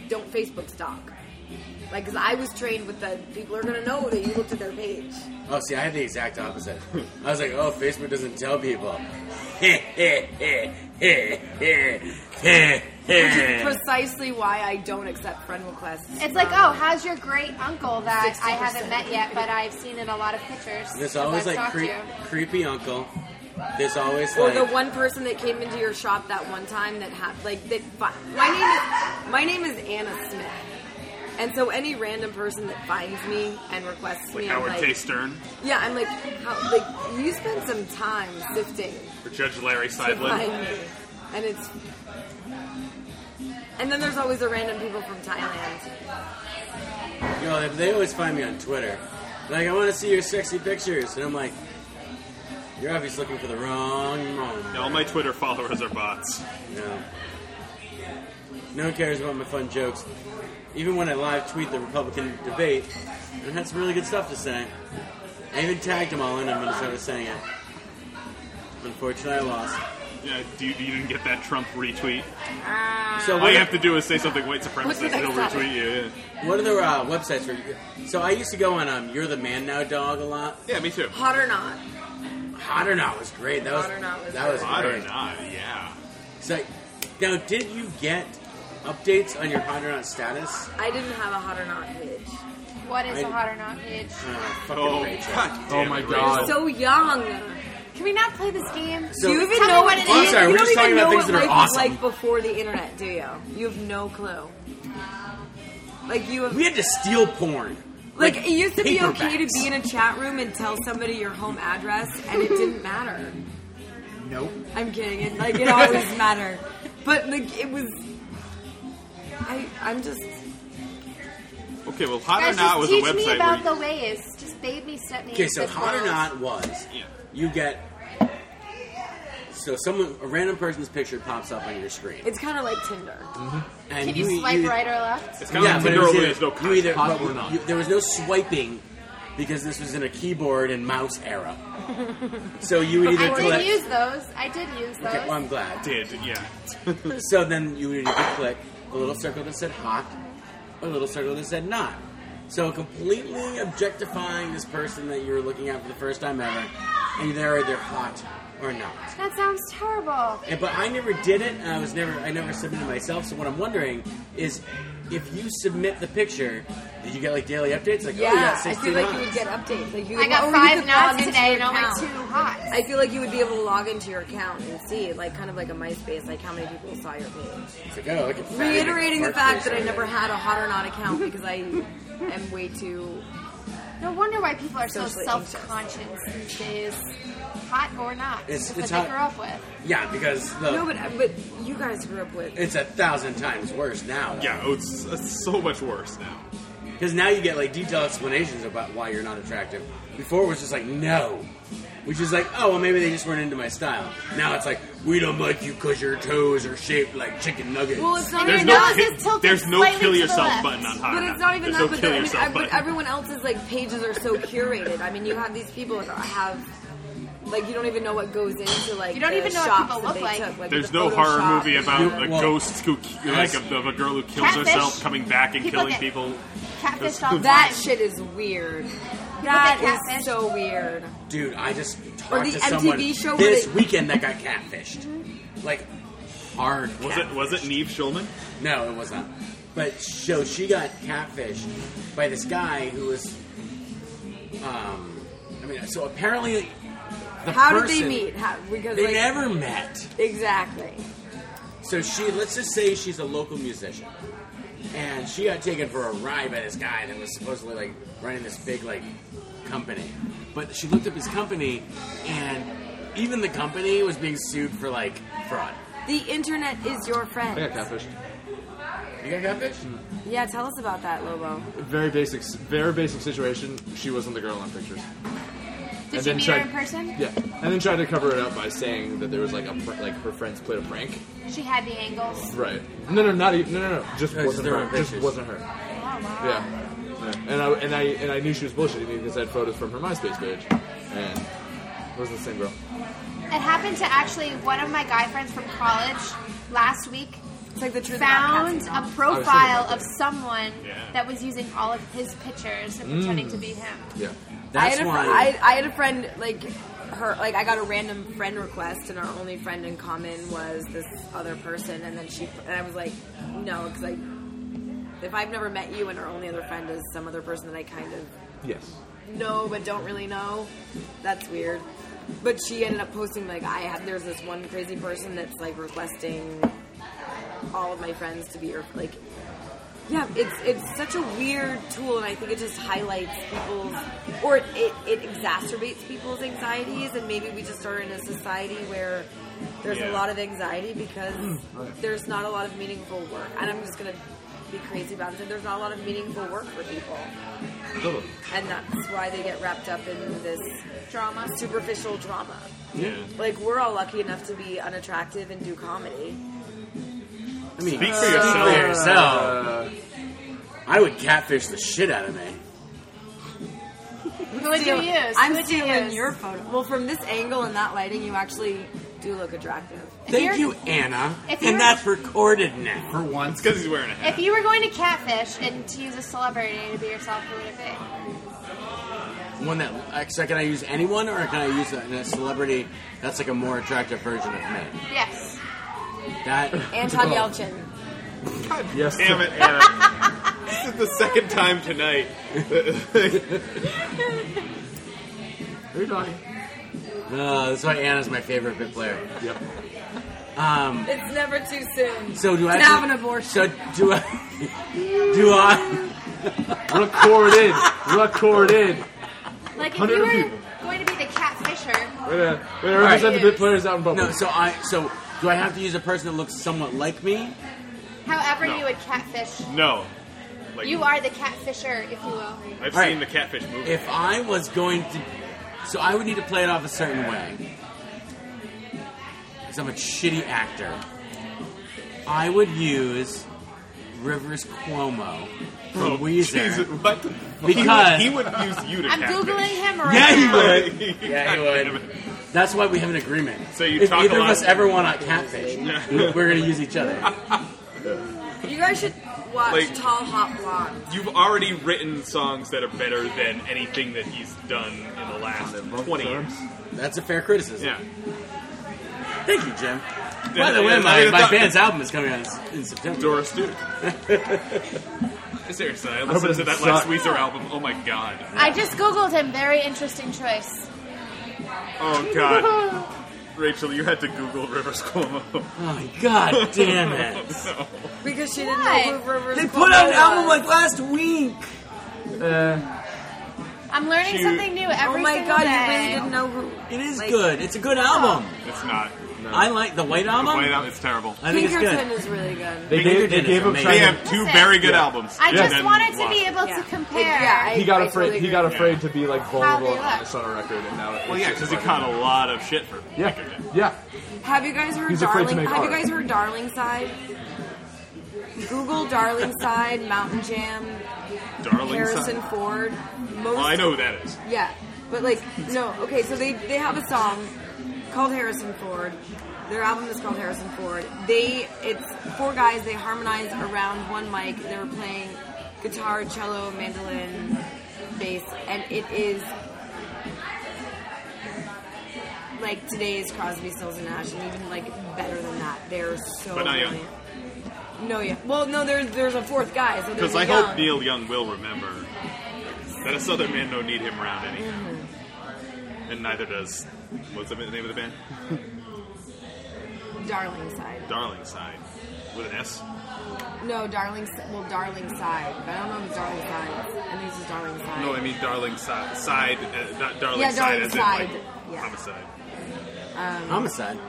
don't Facebook stalk. Like, because I was trained with the people are gonna know that you looked at their page.
Oh, see, I had the exact opposite. I was like, oh, Facebook doesn't tell people. Heh, heh, heh, heh, heh, heh,
Which is
heh.
precisely why I don't accept friend requests.
It's like, oh, how's your great uncle that I
60%.
haven't met yet, but I've seen in a lot of pictures.
This
since
always
I've
like
talked to
creep,
you.
creepy uncle. This always
Or
like
the one person that came into your shop that one time that had like that. Fi- my name is my name is Anna Smith, and so any random person that finds me and requests
Like
me, I'm
Howard
like,
K. Stern
yeah, I'm like, how, like you spent some time sifting
or Judge Larry
to
Seidlin.
find me, and it's. And then there's always the random people from Thailand.
you know, they always find me on Twitter. Like, I want to see your sexy pictures, and I'm like, you're obviously looking for the wrong mom.
All my Twitter followers are bots.
No. No one cares about my fun jokes. Even when I live tweet the Republican debate, and had some really good stuff to say. I even tagged them all in on Minnesota saying it. Unfortunately, I lost.
Yeah, do you, you didn't get that Trump retweet?
Ah.
So
All
what,
you have to do is say something white
What's
supremacist,
the
and he'll
next
retweet you. Yeah.
what are the uh, websites where you, So I used to go on um, You're the Man Now Dog a lot.
yeah, me too.
Hot or not?
Hot or Not was great. That was,
Hot or Not was
that was
Hot or
great.
not, yeah.
So, now, did you get updates on your Hot or Not status?
I didn't have a hot or not page.
What is
I-
a hot or not age?
Oh, fucking
Oh,
Rachel.
God
Oh
damn
my
it,
god.
So young.
Can we not play this game?
So-
do you even
Tell me
know
what it
you-
is. I'm sorry,
you
we're
don't
just talking
even
about
know
things
what
that are
life was
awesome.
like before the internet, do you? You have no clue. Like you have,
We had to steal porn.
like it used to be okay to
paperbacks.
be in a chat room and tell somebody your home address, and it didn't matter.
Nope.
I'm kidding. It like it always mattered, but like it was. I I'm just
Rachel. Okay, well, Hot
Guys,
or Not
just
was a
teach
website
me
where
about
you,
the ways. Just baby step me.
Okay,
into
so
this
hot or
world.
not was
Yeah.
you get so someone a random person's picture pops up on your screen.
it's kind of like Tinder.
and e-,
Can you swipe right or left?
It's kind
Yeah,
of
but
like Tinder
it was
only
either-
there's no
you either,
content.
but
Possible or not.
you- there was no swiping because this was in a keyboard and mouse era. so you would either
I
click.
did use those. I did use those.
okay, well, I'm glad.
Did, yeah.
So then you would either click a little circle that said hot, a little circle that said not. So completely objectifying this person that you were looking at for the first time ever, and they're either hot or not.
that sounds terrible.
And, but I never did it. and I was never. I never submitted myself. So what I'm wondering is, if you submit the picture, did you get like daily updates? Like,
Yeah,
oh, you got
I
16
feel like you would
likes.
get updates. Like you,
I got
or you
five
could log
nods
into
today
your
and only
account.
two hots.
I feel like you would be able to log into your account and see, like, kind of like a MySpace, like how many people saw your page.
It's like, oh, I can find it.
Reiterating the
Mark
fact
this
that I
over
never
there.
had a hot or not account because I am way too.
No wonder why people are so
Socially
self conscious these days. Hot or not.
It's-
It's,
it's
what
hot.
they grew up with.
Yeah, because the,
No, but but you guys grew up with.
it's a thousand times worse now.
Yeah, oh, it's, it's so much worse now.
Because now you get like detailed explanations about why you're not attractive. Before it was just like no, which is like oh well maybe they just weren't into my style. Now it's like we don't like you because your toes are shaped like chicken nuggets.
Well, it's not
There's
even
no,
that.
nose
ki-
is tilted
there's no
slightly
kill
to the
yourself
left.
button on high.
But it's
enough.
not even that. But,
there's No kill
the, I mean,
yourself
ev- but
button.
everyone else's like pages are so curated. I mean, you have these people that have like you don't even know what goes into like
You don't
the
even know what
shots
people
that
look
they
like.
Took, like
There's
the
no horror
Photoshop.
movie about a
Well,
ghost who, ki- like,
yes.
of, of a girl who kills
Catfish.
herself coming back and
People
killing
get
people.
Catfish all the
That
time.
shit is weird. That
catfish.
is so weird.
Dude, I just talked
the
to
MTV
someone
show where
this
they-
weekend that got catfished. Like hard.
Was it was it
catfished.
Neve Schulman?
No, it was not. But so she got catfished by this guy who was. Um, I mean, so apparently the
How
person,
did they meet? How, because
They
like,
never met.
exactly.
So she, let's just say she's a local musician, and she got taken for a ride by this guy that was supposedly like running this big like company. But she looked up his company, and even the company was being sued for like fraud.
The internet is your
I got
friend.
catfished.
You got catfish?
Mm.
Yeah, tell us about that, Lobo.
Very basic, very basic situation. She wasn't the girl on pictures.
Did
and
you
then
meet
tried-
her in person?
Yeah, and then tried to cover it up by saying that there was like a fr- like her friends played a prank.
She had the angles.
Right. No, no, not even. No, no, no. Just
No, just
wasn't
their
her.
own
Just
pictures.
wasn't her. Yeah. Yeah. And I and I and I knew she was bullshitting me because I had photos from her MySpace page, and it wasn't the same girl.
It happened to actually one of my guy friends from college last week.
It's like the truth
Found
about
a
Patsy Doll.
profile of someone
Yeah.
that was using all of his pictures and pretending to be him.
Yeah.
I
That's
had a fr-
why.
I, I had a friend like her like I got a random friend request and our only friend in common was this other person and then she and I was like no because like if I've never met you and our only other friend is some other person that I kind of
Yes.
know but don't really know that's weird but she ended up posting like I have there's this one crazy person that's like requesting all of my friends to be your like yeah, it's it's such a weird tool, and I think it just highlights people's, or it, it, it exacerbates people's anxieties, and maybe we just are in a society where there's
Yeah.
a lot of anxiety because there's not a lot of meaningful work, and I'm just gonna be crazy about it. There's not a lot of meaningful work for people,
Totally.
and that's why they get wrapped up in this drama, superficial drama.
Yeah.
Like we're all lucky enough to be unattractive and do comedy.
I mean,
Speak for
Uh,
speak
yourself.
for yourself. I would catfish the shit out of me.
Who would you
Steal-
use? Who
I'm
would you
stealing
use?
your photo. Well, from this angle and that lighting, you actually do look attractive.
If
Thank
you're-
you, Anna.
if you're-
And that's recorded now.
For once.
Because he's wearing a hat.
If you were going to catfish and to use a celebrity to be yourself, who would it be?
One that, uh, so can I use anyone or can I use a, a celebrity that's like a more attractive version of me?
Yes.
That,
Anton Yelchin.
Yes.
Damn it, Anna. this is the second time tonight.
Who are you talking?
uh, that's why Anna's my favorite bit player.
Yep.
It's never too soon.
So do I
To have an
So
abortion.
do I? Do I?
Recorded. Recorded.
Like if you
Hundred
were
people.
going to be the catfisher,
We're gonna, we're gonna represent the bit players out in public.
No. So I. So do I have to use a person that looks somewhat like me?
however
No.
you would catfish,
No. Like,
you are the catfisher, if you will.
I've
All right.
seen the catfish movie.
If I was going to, so I would need to play it off a certain way. Because I'm a shitty actor. I would use Rivers Cuomo from
Oh,
Weezer.
Jesus, what? the-
Because-
he would, he would use you to
I'm
catfish.
googling him right
Yeah,
now.
you would.
Like,
Yeah, he
goddamn
would.
it.
That's why we have an agreement.
So you
if
talk
either
a
of
lot-
us ever want to catfish, we're going to use each other.
You guys should watch
Like-
Tall Hot Blonde.
You've already written songs that are better than anything that he's done in the last 20 years.
That's a fair criticism.
Yeah.
Thank you, Jim.
Yeah,
By the
yeah,
way,
I
my,
mean, it's
my
not-
band's album is coming out in- in September.
Doris Duke. Seriously, I
hope it
listened to that
doesn't
last
suck.
Weezer album. Oh my god.
I just googled him. Very interesting choice.
Oh god. Rachel, you had to Google Rivers Cuomo.
Oh, God damn it.
Because she
Why?
didn't know who Rivers
They put out an
Cuomo
album
was.
like last week.
I'm learning
Shoot.
something new every
Oh my
single
god,
day.
you really didn't know who.
It is
Like-
good. It's a good album.
It's not.
I like the white album.
Wait, um, it's terrible.
I think it's
Pinkerton
good.
is really good.
They
Finger
gave, they
did it
gave
for
him
me.
They
China.
have two
Listen,
very good
yeah.
albums.
I
and
just
then
wanted to
lost.
be able
Yeah.
to compare.
Yeah, I-
he got
I
afraid.
totally
he got
agree.
afraid to be like vulnerable and
look.
honest on a record, and now.
Well,
it's
yeah,
just
because he
like-
caught a lot of shit for
Yeah, yeah.
Have you guys heard
He's afraid to
Darling?
make
Have you
art.
guys heard Darling Side? Google Darling Side, Mountain Jam,
Darling
Harrison
Son.
Ford.
Oh,
Most,
Well, I know who that is.
Yeah, but like no. Okay, so they they have a song called Harrison Ford. Their album is called Harrison Ford. They it's four guys. They harmonize around one mic. They were playing guitar, cello, mandolin, bass, and it is like today's Crosby, Stills and Nash, and even like better than that. They're so
But not young.
brilliant. No, yeah. Well, no, there's there's a fourth guy. So
Because
there's
I
a young.
hope Neil Young will remember that a Southern man don't need him around anyhow.
Mm-hmm.
And neither does what's the name of the band?
Darling side.
Darling Side with an S.
No, darling. S- Well, darling side. But I don't know if it's darling side. I think it's just darling side.
No, I mean Darling si- Side, uh, not Darling
Yeah,
Side
Darling
as
Side.
in like
Yeah. Um,
homicide.
Homicide.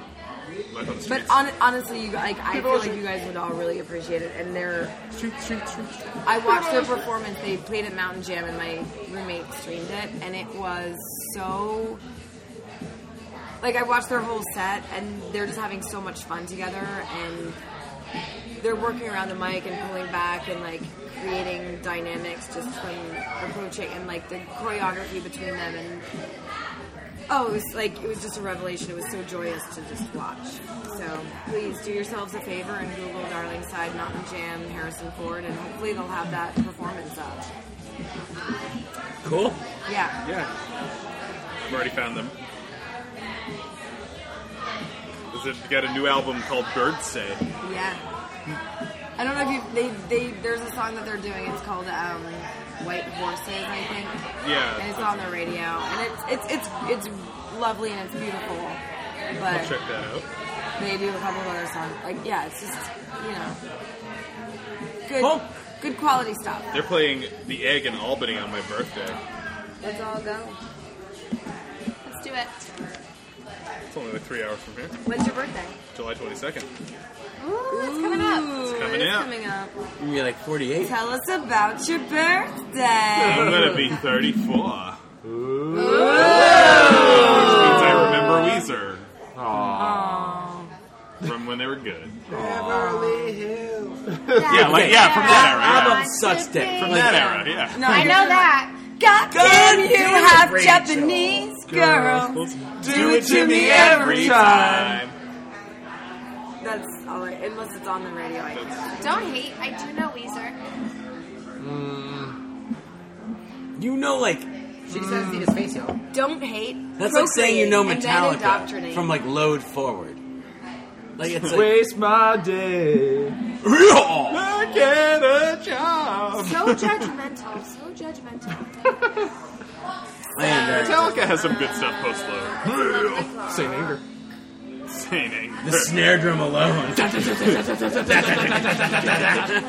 Like on the
but
streets.
on, honestly, you, like I feel like you guys would all really appreciate it. And they're. I watched their performance. They played at Mountain Jam, and my roommate streamed it, and it was so. Like I watched their whole set, and they're just having so much fun together, and they're working around the mic and pulling back and like creating dynamics just from approaching and like the choreography between them and oh it was like it was just a revelation it was so joyous to just watch so please do yourselves a favor and google darling side mountain jam harrison ford and hopefully they'll have that performance up
Cool.
yeah
I've already found them. Is it got a new album called Bird Say?
yeah i don't know if you they, they there's a song that they're doing it's called um, white horses i think and
Yeah,
it's on the radio, and it's it's it's it's lovely and it's beautiful.
I'll check
But
that out.
they do a couple of other songs. Like yeah, it's just you know good
Cool.
good quality stuff.
They're playing The Egg in Albany on my birthday.
Let's all go.
Let's do it.
It's only like three hours from here.
When's your birthday?
July 22nd.
Ooh, it's coming up.
Ooh,
coming
it is
up.
coming up.
You're like 48.
Tell us about your birthday.
I'm gonna be 34. Which means I remember Weezer from when they were good. Yeah, like yeah, from that era.
Album
Yeah.
sucks dick.
From that era, yeah.
No,
I
you're-
know that.
God damn you have Japanese girls. Do it to me every
time.
That's all right. Unless it's on the radio, I guess.
Don't hate. I do know Weezer.
You know, like
She says he is face out.
Don't hate.
that's like saying you know
procreate, and then
Metallica
indoctrinate.
from like Load Forward. Like it's like
Waste my day.
Real.
I get a job.
So judgmental. So judgmental.
Man, they're-
Metallica has some good stuff post load.
Saint anger.
Insane anger.
the snare drum alone.
He's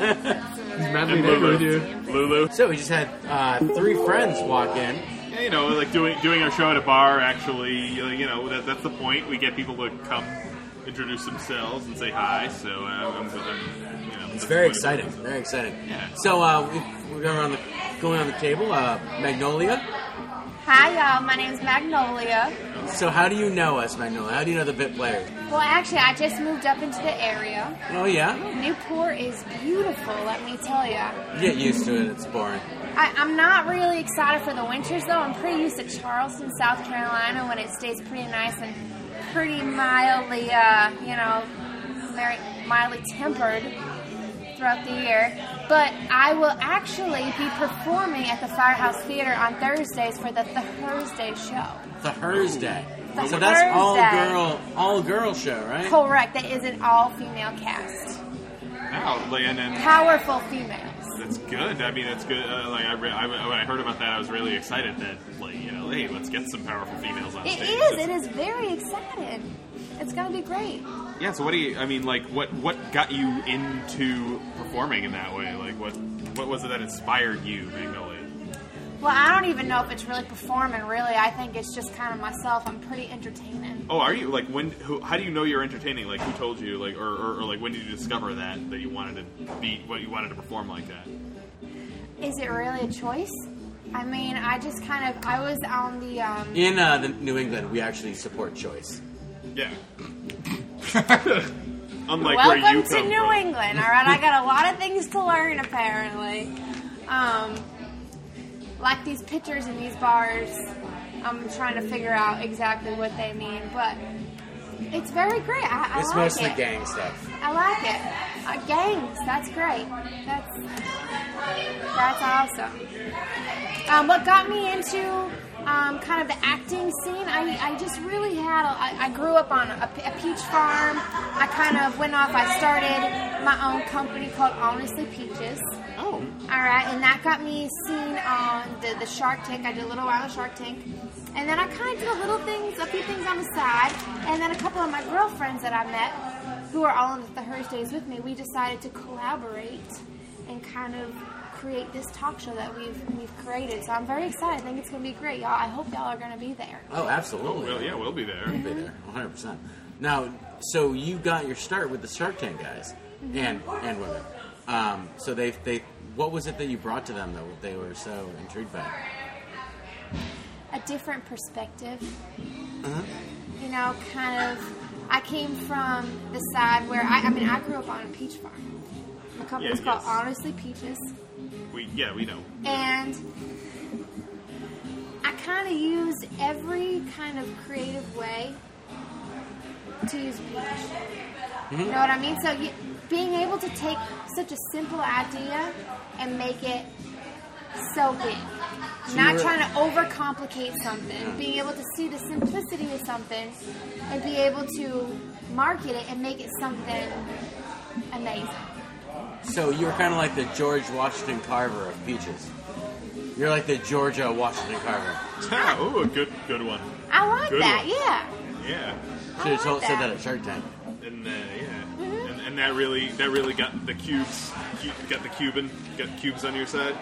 madly in
And
love with
Lulu.
you.
Lulu.
So we just had uh, three friends walk in.
Yeah, you know, like doing doing our show at a bar. Actually, uh, you know, that, that's the point. We get people to come introduce themselves and say hi. So uh, I'm, I'm, you know,
It's very exciting. Very exciting.
Yeah.
So uh, we, we're going around the going around the table. Uh, Magnolia.
Hi, y'all. My name's Magnolia.
So how do you know us, Magnolia? How do you know the bit players?
Well, actually, I just moved up into the area.
Oh yeah,
Newport is beautiful, let me tell you.
you get used to it. It's boring.
I, I'm not really excited for the winters, though. I'm pretty used to Charleston, South Carolina, when it stays pretty nice and pretty mildly, uh, you know, very mildly tempered throughout the year. But I will actually be performing at the Firehouse Theater on Thursdays for the Thursday show.
The Thursday.
The
so that's all
Thursday.
girl, all girl show, right?
Correct, that is an all female cast.
Wow, like, and then
Powerful females.
that's good. I mean, that's good. Uh, like I, re- I, when I heard about that, I was really excited that, like, you know, hey, let's get some powerful females on
It
stage.
is, it is very excited. It's gonna be great.
Yeah. So what do you? I mean, like, what what got you into performing in that way? Like, what what was it that inspired you, Magnolia?
Well, I don't even know if it's really performing. Really, I think it's just kind of myself. I'm pretty entertaining.
Oh, are you like when? Who, how do you know you're entertaining? Like who told you? Like or, or, or like when did you discover that that you wanted to be what you wanted to perform like that?
Is it really a choice? I mean, I just kind of I was on the um,
In uh, the New England, we actually support choice.
Yeah. Unlike where you
welcome
come
to New
from.
England. All right, I got a lot of things to learn apparently. Um, like these pictures in these bars, I'm trying to figure out exactly what they mean, but it's very great. I, I
It's
like
mostly
it.
gang stuff.
I like it. Uh, gangs, that's great. That's that's awesome. Um, what got me into um, kind of the acting scene, I, I just really had. A, I, I grew up on a, pe- a peach farm. I kind of went off. I started my own company called Honestly Peaches.
Oh.
All right, and that got me seen on the, the Shark Tank. I did a little while on Shark Tank, and then I kind of did a little things, a few things on the side, and then a couple of my girlfriends that I met, who are all on the Thursdays with me, we decided to collaborate and kind of create this talk show that we've we've created. So I'm very excited. I think it's going to be great, y'all. I hope y'all are going to be there.
Oh, absolutely.
Well, yeah, we'll be there.
Be there, 100%. Now, so you got your start with the Shark Tank guys
Mm-hmm.
and and women. Um, so they they what was it that you brought to them that they were so intrigued by?
a different perspective. You know, kind of. I came from the side where I, I mean, I grew up on a peach farm. My company's
Yeah,
called
yes.
Honestly Peaches,
We yeah we know.
and I kind of used every kind of creative way to use peach. You know what I mean? So you, being able to take such a simple idea and make it so big. Not trying to overcomplicate something. Being able to see the simplicity of something and be able to market it and make it something amazing.
So you were kind of like the George Washington Carver of peaches. You're like the Georgia Washington Carver.
oh, a good good one.
I like
Good
that,
one.
yeah.
Yeah.
Should have
like
told, said
that.
that at Shark Tank.
and uh, yeah, and, and that really that really got the cubes, cu- got the Cuban, got cubes on your side.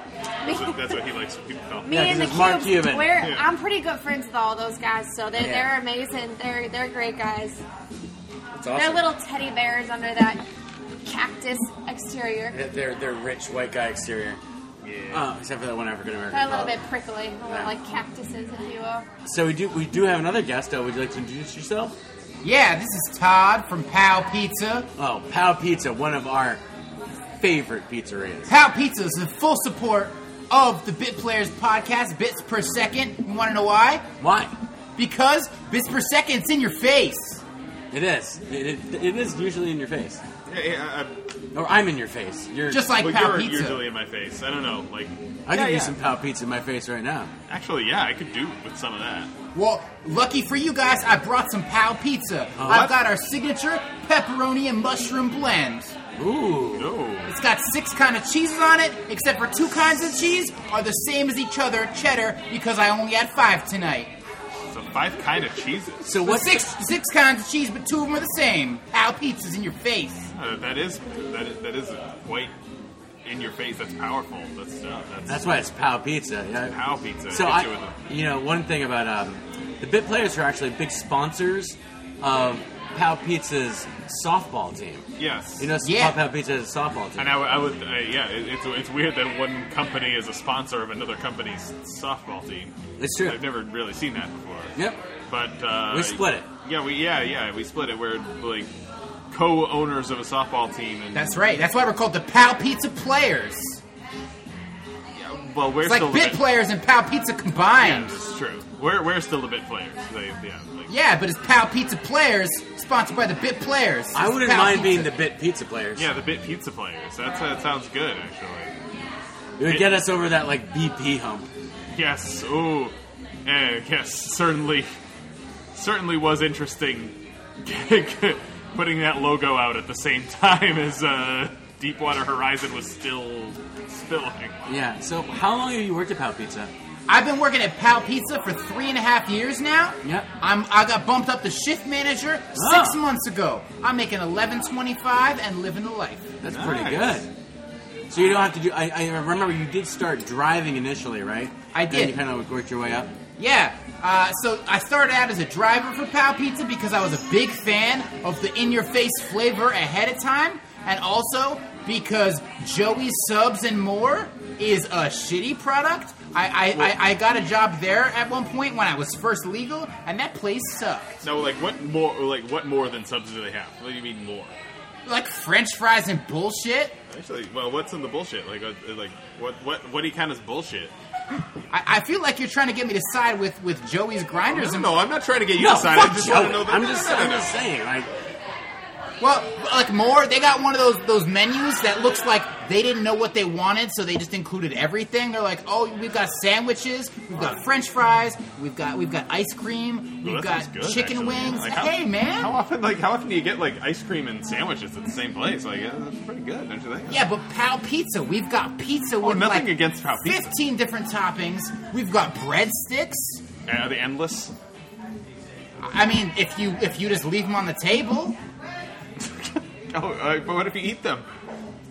That's what, that's what he likes. People call.
Me
Yeah,
and the
'cause it's Mark
Cubes,
Cuban.
we're,
Yeah.
I'm pretty good friends with all those guys, so they're,
Yeah.
they're amazing. They're they're great guys.
It's
They're
awesome.
little teddy bears under that cactus exterior.
They're, they're, they're rich white guy exterior.
Oh, except for that one African
They're
American.
a little
fellow.
bit prickly, a little like cactuses, if you will.
So we do we do have another guest. though. Would you like to introduce yourself?
Yeah, this is Todd from Pow Pizza.
Oh, Pow Pizza, one of our favorite pizzerias.
Pow Pizza is in full support of the Bit Players podcast, bits per second. You want to know why?
Why?
Because bits per second's in your face.
It is. It, it, it is usually in your face,
Yeah, yeah,
or I'm in your face. You're
Just
I,
like
well,
Pow
you're
Pizza.
usually in my face. I don't know. Like,
I
yeah,
can
yeah.
do some Pow Pizza in my face right now.
Actually, yeah, I could do with some of that.
Well, lucky for you guys, I brought some Pow Pizza.
Uh-huh.
I've got our signature pepperoni and mushroom blend.
Ooh.
Oh,
It's got six kind of cheeses on it, except for two kinds of cheese are the same as each other, cheddar, because I only had five tonight.
so five kind of cheeses.
So
Well,
what's
six six kinds of cheese, but two of them are the same. Pow Pizza's in your face.
Uh, that is that is, that is quite in your face. That's powerful. That's uh, that's,
That's why it's Pow Pizza. Yeah.
Pow Pizza.
So
Hit
I,
you with a-
you know, one thing about um, the bit players are actually big sponsors of Pow Pizza's softball team.
yes.
You know,
Yeah.
Pow Pow Pizza is a softball team.
and I, would- I would, uh, yeah, it, it's it's weird that one company is a sponsor of another company's softball team.
It's true.
I've never really seen that before.
Yep.
But uh,
We split it.
Yeah, we yeah yeah we split it. We're like co-owners of a softball team, and
That's right. That's why we're called the Pow Pizza Players.
well, we're
It's like
still
Bit
the
Players and Pow Pizza
Yeah,
combined.
that's true. We're we're still the bit players. They, yeah, like,
Yeah, but it's Pow Pizza Players, sponsored by the Bit Players.
I
It's
wouldn't
Pow
mind being
Pizza.
the bit pizza players.
yeah, the bit pizza players. That's, that sounds good actually.
It would get us over that like BP hump.
Yes. Ooh. Eh, yes. Certainly. Certainly was interesting. putting that logo out at the same time as uh, Deepwater Horizon was still spilling.
Yeah. So how long have you worked at Pow Pizza?
I've been working at Pow Pizza for three and a half years now.
Yep.
I'm I got bumped up to shift manager
Ah.
six months ago. I'm making eleven twenty five and living the life.
That's
Nice.
pretty good. So you don't have to do. I, I remember you did start driving initially, right?
I
And you
did.
kind of worked your way up.
Yeah. Uh, so I started out as a driver for Pow Pizza because I was a big fan of the in-your-face flavor ahead of time, and also because Joey's Subs and More is a shitty product. I, I, I, I got a job there at one point when I was first legal, and that place sucked.
No, like what more? Like what more than subs do they have? What do you mean more?
Like French fries and bullshit.
Actually, well, what's in the bullshit? Like, uh, like what? What? What do you count as bullshit?
I, I feel like you're trying to get me to side with, with Joey's grinders. and
No, I'm not trying to get you
Oh,
No,
decided.
fuck
I just want
Joey.
to know that.
I'm
no, no,
just,
no, no,
I'm
no.
just saying. Like,
Well, like more, they got one of those those menus that looks like they didn't know what they wanted, so they just included everything. They're like, "Oh, we've got sandwiches, we've got French fries, we've got we've got ice cream,
Well,
we've
Oh, that
got
sounds good,
chicken
actually.
wings."
Like, how-
hey, man.
How often, like, how often do you get like ice cream and sandwiches at the same place? Like, uh, that's pretty good, don't you think?
yeah, but Pal Pizza, we've got pizza with
Oh, nothing
like
against Pal Pizza.
fifteen different toppings. We've got breadsticks.
Yeah. Are they endless?
I mean, if you if you just leave them on the table,
Oh, uh, but what if you eat them?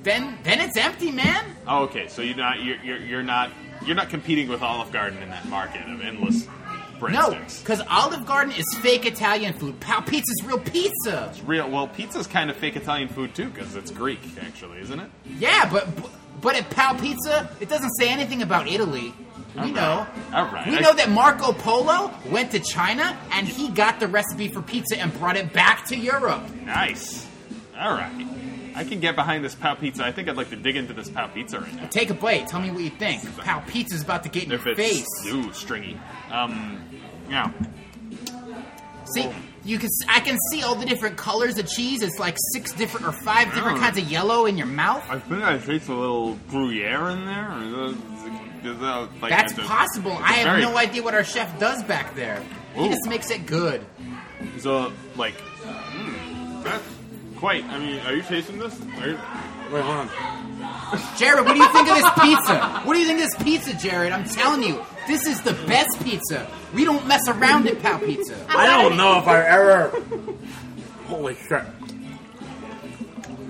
then then it's empty, man.
Oh, okay. So you're not you're you're, you're not you're not competing with Olive Garden in that market of endless
No,
breadsticks.
because Olive Garden is fake Italian food. Pal Pizza's real pizza.
Real well, pizza's kind of fake Italian food too, because it's Greek, actually, isn't it?
Yeah, but but at Pal Pizza, it doesn't say anything about Italy. We know.
All right.
We
I-
know that Marco Polo went to China and he got the recipe for pizza and brought it back to Europe.
Nice. All right. I can get behind this pow pizza. I think I'd like to dig into this pow pizza right now.
Take a bite. Tell me what you think. Pal Pizza's about to get in
If
your
it's
face.
ooh stringy. Um, yeah.
See, you can. s- I can see all the different colors of cheese. It's like six different or five different
Mm.
kinds of yellow in your mouth.
I think I taste a little Gruyere in there. Is that- is that, like,
That's
it's a-
possible.
it's a
I have
very-
no idea what our chef does back there. He
Ooh.
just makes it good.
So like, mm, that's quite. I mean, are you tasting this? Are you,
wait, hold on.
Jared, what do you think of this pizza? What do you think of this pizza, Jared? I'm telling you, this is the best pizza. We don't mess around at Pal Pizza.
I don't know if I ever. Holy crap.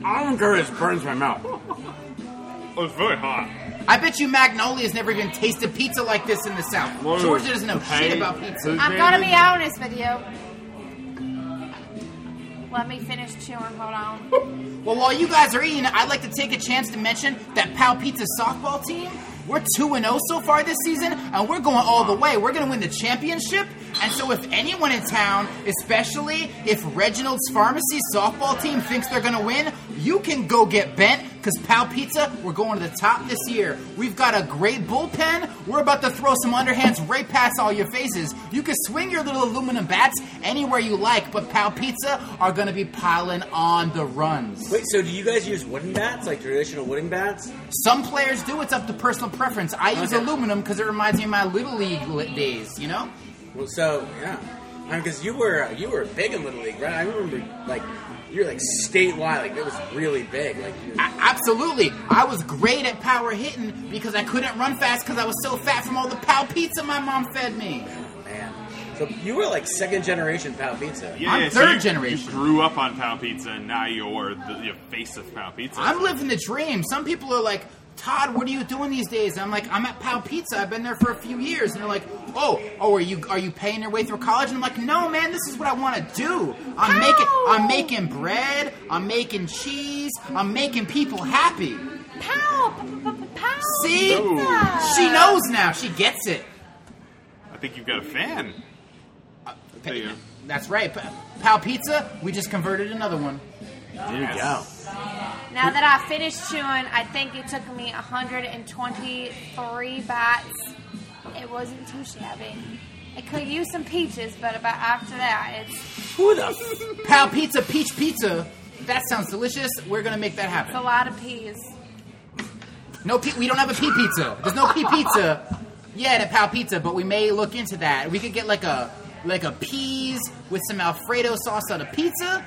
Olive Garden burns my mouth.
oh, it's very hot.
I bet you Magnolia's never even tasted pizza like this in the South.
Whoa.
Georgia doesn't know
Hey,
shit about pizza.
who's
I'm gonna
been-
be honest with you. Let me finish chewing. Hold on.
Well, while you guys are eating, I'd like to take a chance to mention that Pal Pizza softball team. We're 2 0 so far this season, and we're going all the way. We're going to win the championship. And so, if anyone in town, especially if Reginald's Pharmacy softball team thinks they're going to win, you can go get bent because Pal Pizza, we're going to the top this year. We've got a great bullpen. We're about to throw some underhands right past all your faces. You can swing your little aluminum bats anywhere you like, but Pal Pizza are going to be piling on the runs.
Wait, so do you guys use wooden bats, like traditional wooden bats?
Some players do. It's up to personal preference. I use
Okay.
aluminum because it reminds me of my little league li- days. You know,
Well, so yeah, because you were uh, you were big in Little League, right? I remember like you were like statewide, like it was really big. Like you
A- absolutely. I was great at power hitting because I couldn't run fast because I was so fat from all the pow pizza my mom fed me.
man. So you were like second generation Pal Pizza.
Yeah,
I'm
yeah,
third
you-
generation.
You grew up on Pow Pizza, and now you're the you're face of Pow Pizza.
I'm living the dream. Some people are like, Todd, what are you doing these days? I'm like, I'm at Pow Pizza. I've been there for a few years, and they're like, Oh, oh, are you are you paying your way through college? And I'm like, No, man, this is what I want to do. I'm making I'm making bread. I'm making cheese. I'm making people happy.
Pow! p- p- p- Pow!
See,
Ooh.
she knows now. She gets it.
I think you've got a fan. There you go.
That's right. Pa- Pow Pizza. We just converted another one.
There you go.
Now that I finished chewing, I think it took me 123 bites. It wasn't too shabby. I could use some peaches, but about after that, it's
Who the f-
Pow Pizza Peach Pizza. That sounds delicious. We're gonna make that happen.
a lot of peas.
No, pe- we don't have a pea pizza. There's no pea pizza yet at Pal Pizza, but we may look into that. We could get like a like a peas with some Alfredo sauce on a pizza,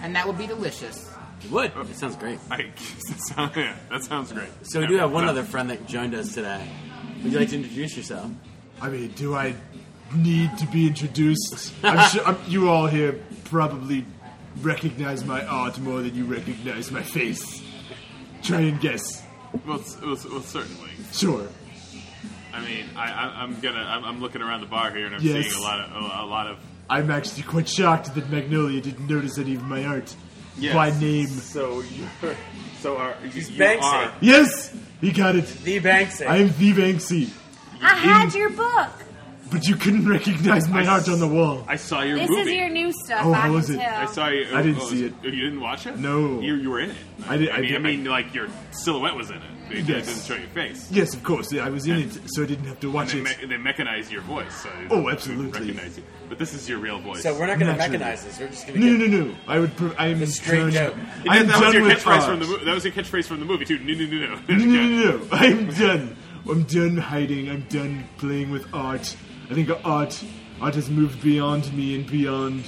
and that would be delicious.
You would. Oh, It sounds great.
I, that, sounds, yeah, that sounds great.
So we do have one other friend that joined us today. Would you like to introduce yourself?
I mean, do I need to be introduced? I'm sure I'm, you all here probably recognize my art more than you recognize my face. Try and guess.
Well, s- well, s- well, certainly.
Sure.
I mean, I, I, I'm gonna. I'm, I'm looking around the bar here, and I'm
Yes.
seeing a lot of a, a lot of.
I'm actually quite shocked that Magnolia didn't notice any of my art
Yes.
by name.
So you're. So are you, you
Banksy.
are
Yes, he got it.
The Banksy.
I am the Banksy,
I had your book.
but you couldn't recognize my
I
art on the wall.
I saw your
This
movie.
is your new stuff.
Oh,
I
how
can
was it?
tell.
I saw you. Oh,
I didn't see it.
You didn't watch it?
No.
You, you were in it.
I did- I
mean,
did-
I mean, like your silhouette was in it. They they
Yes.
didn't show your face.
Yes, of course. Yeah, I was in it, so I didn't have to watch
They,
it.
me- they mechanize your voice. So they
Oh,
don't
absolutely.
Recognize you. But this is your real voice.
So we're not going to
Naturally.
recognize this. We're just going to
No,
get
no, no, no. I would. Pre- I am
It's straight
done-
joke.
And
I am
that, that was
done
your
with
catchphrase
art.
from the movie. That was your catchphrase from the movie too. No, no, no, no.
No, no, no, no. I'm done. I'm done hiding. I'm done playing with art. I think art, art has moved beyond me and beyond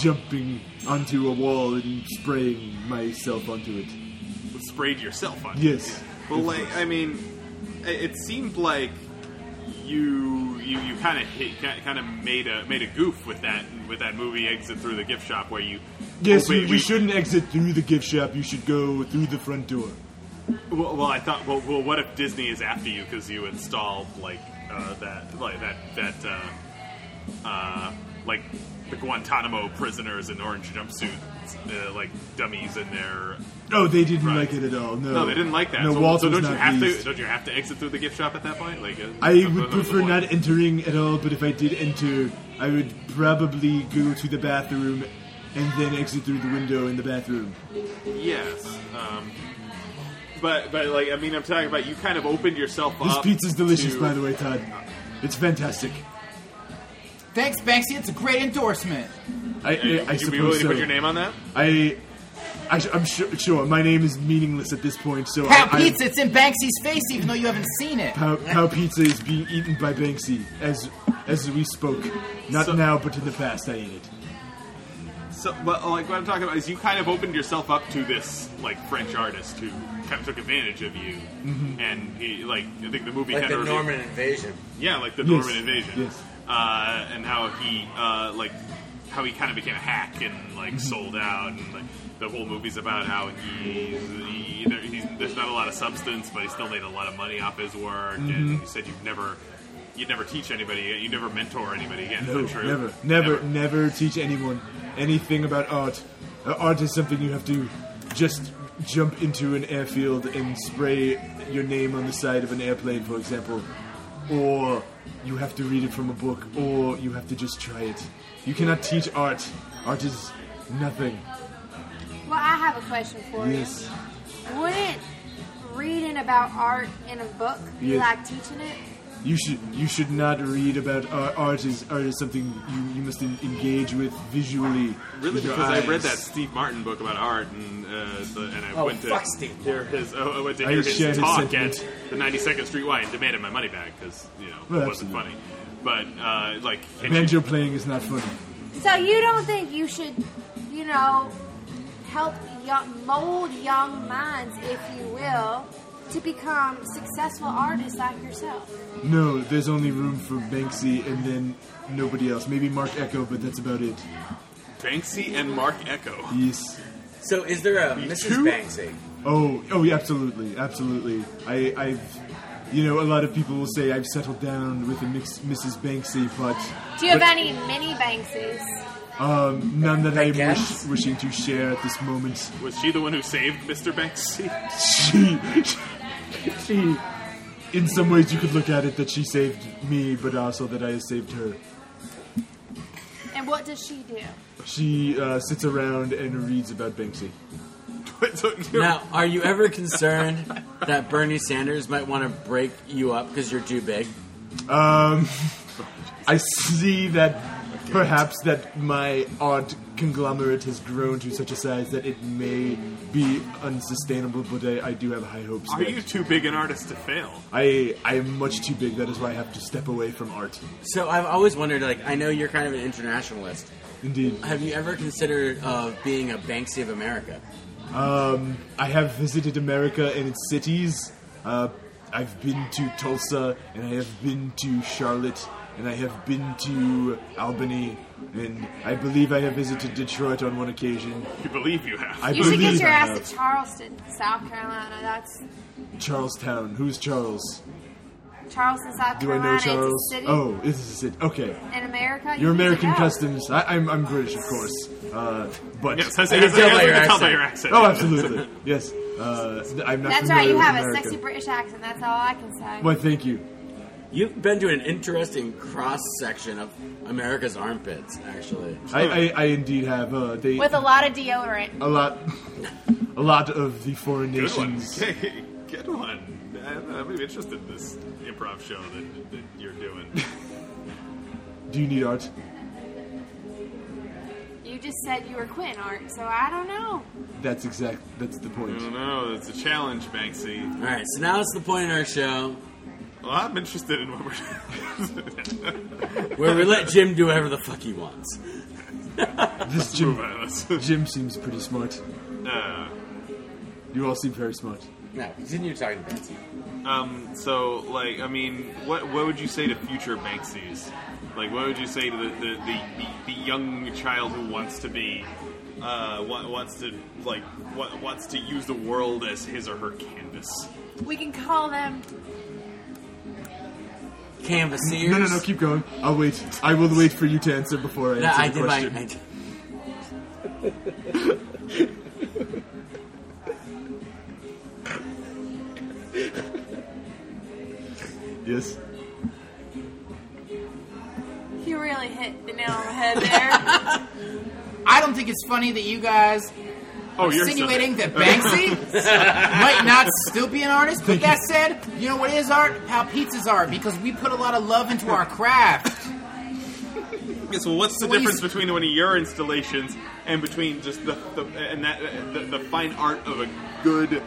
jumping onto a wall and spraying myself onto it.
sprayed yourself on.
Yes.
Yeah. Well, like I mean, i- it seemed like you you, you kind of kind of made a made a goof with that with that movie exit through the gift shop where you.
Yes,
oh, wait,
you, you
wait.
shouldn't exit through the gift shop. You should go through the front door.
Well, well, I thought. Well, well, what if Disney is after you because you installed like uh, that, like that, that, uh, uh, like the Guantanamo prisoners in orange jumpsuits, uh, like dummies in their.
Oh, they didn't
Right.
like it at all. No,
No, they didn't like that.
No,
so,
Walt
so
was
don't you
not
have
pleased.
to? Don't you have to exit through the gift shop at that point? Like, uh,
I
that- that
would
was the
prefer
point.
not entering at all, but if I did enter, I would probably go to the bathroom and then exit through the window in the bathroom.
Yes. Um, but but like I mean, I'm talking about you. Kind of opened yourself
This
up.
pizza's delicious,
uh, to-
by the way, Todd. It's fantastic.
Thanks, Banksy. It's a great endorsement.
Uh,
I, I, I
would you be
suppose
willing to
so.
put your name on that?
I, I, am sure, sure. My name is meaningless at this point, so
Pow
I, I-
Pizza, it's in Banksy's face, even though you haven't seen it.
Pow, Pow Pizza is being eaten by Banksy as as we spoke. Not
So-
now, but in the past, I ate it.
So, but like what I'm talking about is you kind of opened yourself up to this like French artist who kind of took advantage of you,
Mm-hmm.
and he like I think the movie
like
had
the
a review-
Norman invasion.
yeah, like the
Yes,
Norman invasion,
yes.
uh, and how he uh, like how he kind of became a hack and like
Mm-hmm.
sold out, and like the whole movie's about how he's, he either he's there's not a lot of substance, but he still made a lot of money off his work,
Mm-hmm.
and you said you've never. You'd never teach anybody. You'd never mentor anybody again.
No,
is that true?
never, never, never teach anyone anything about art. Uh, art is something you have to just jump into an airfield and spray your name on the side of an airplane, for example, or you have to read it from a book, or you have to just try it. You cannot teach art. Art is nothing.
Well, I have a question for
Yes.
you. Wouldn't reading about art in a book be
Yes.
like teaching it?
You should you should not read about art. Art is art is something you, you must en- engage with visually.
Really,
with your
because I read
eyes.
that Steve Martin book about art, and uh, the, and I
Oh,
went to
fuck Steve
hear his oh, I went to
I
hear
shared
his
his
talk
sentiment.
at the 92nd Street Y and demanded my money back because you know
Well,
it wasn't
absolutely.
funny. But uh, like, can you-
Banjo playing is not funny.
So you don't think you should, you know, help young, mold young minds, if you will, to become successful artists like yourself?
No, there's only room for Banksy and then nobody else. Maybe Mark Echo, but that's about it.
Banksy and Mark Echo.
Yes.
So is there a Mrs.
two?
Banksy?
Oh, oh, yeah, absolutely, absolutely. I, I've, you know, a lot of people will say I've settled down with a mix, Mrs. Banksy, but
Do you have
But-
any mini Banksies?
um, none that
I
I'm wish,
guess.
wishing to share at this moment.
Was she the one who saved Mr. Banksy?
She, she, in some ways, you could look at it that she saved me, but also that I saved her.
And what does she do?
She uh, sits around and reads about Banksy.
So, you-
Now, are you ever concerned that Bernie Sanders might want to break you up because you're too big?
Um, I see that perhaps that my art conglomerate has grown to such a size that it may be unsustainable, but I, I do have high hopes.
are
that
you too big an artist to fail?
I I am much too big. That is why I have to step away from art.
So I've always wondered. Like, I know you're kind of an internationalist.
Indeed,
Have you ever considered uh, being a Banksy of America?
I have visited America and its cities. Uh, I've been to Tulsa, and I have been to Charlotte, and I have been to Albany, and I believe I have visited Detroit on one occasion.
You believe you have.
I
You should get
believe
your
I
ass
have.
to Charleston, South Carolina. That's
Charlestown. Who's Charles?
Charleston, South
Do I
Carolina.
know Charles?
It's a city
Oh, this is a city. Okay.
in America.
Your
You need to
American
know.
customs. I, I'm, I'm British, of course. Uh, but
Yes, I, I, I, I, I, can tell by your accent.
Oh, absolutely. yes. Uh, I'm not
That's
familiar
right. You
with
have
America.
a sexy British accent. That's all I can say.
Well, thank you.
You've been to an interesting cross section of America's armpits, actually.
I, I, I indeed have. Uh, they
With a lot of deodorant.
a lot, a lot of the foreign
Good one.
nations.
Hey, Good one. I'm, I'm interested in this improv show that, that you're doing.
Do you need art?
You just said you were Quinn Art, so I don't know.
That's exact. That's the
I
point.
don't know. It's a challenge, Banksy.
All right, so now it's the point in our show
Well, I'm interested in what we're
where we let Jim do whatever the fuck he wants.
This
doing.
Jim, Jim seems pretty smart.
uh,
You all seem very smart.
Now, continue talking to Betsy.
um, so, like, I mean, what what would you say to future Banksys? Like, what would you say to the the, the, the, the young child who wants to be, uh, wa- wants to like, wa- wants to use the world as his or her canvas?
We can call them
Canvaseers.
No, no, no. Keep going. I'll wait. I will wait for you to answer before I
No,
answer
I
the
did my.
question.
I did-
Yes.
You really hit the nail on the head there.
I don't think it's funny that you guys
Oh, you're
insinuating that Banksy might not still be an artist. But that said, you know what is art? How pizza's art because we put a lot of love into our craft.
Yes, well, what's the
Please.
difference between one of your installations and between just the, the and that the, the fine art of a good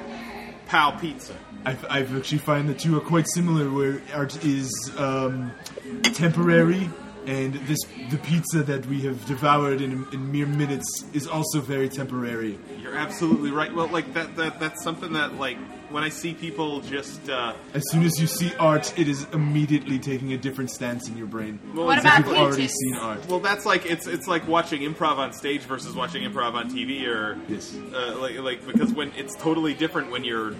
pal pizza?
I've, I've actually find that you are quite similar, where art is um, temporary, and this the pizza that we have devoured in, in mere minutes is also very temporary.
You're absolutely right. Well, like that, that that's something that like when I see people just uh,
As soon as you see art, it is immediately taking a different stance in your brain.
well,
What
it's-
about
You've already
peaches?
seen art.
well, that's like it's it's like watching improv on stage versus watching improv on TV, or
Yes.
uh, like like because when it's totally different when you're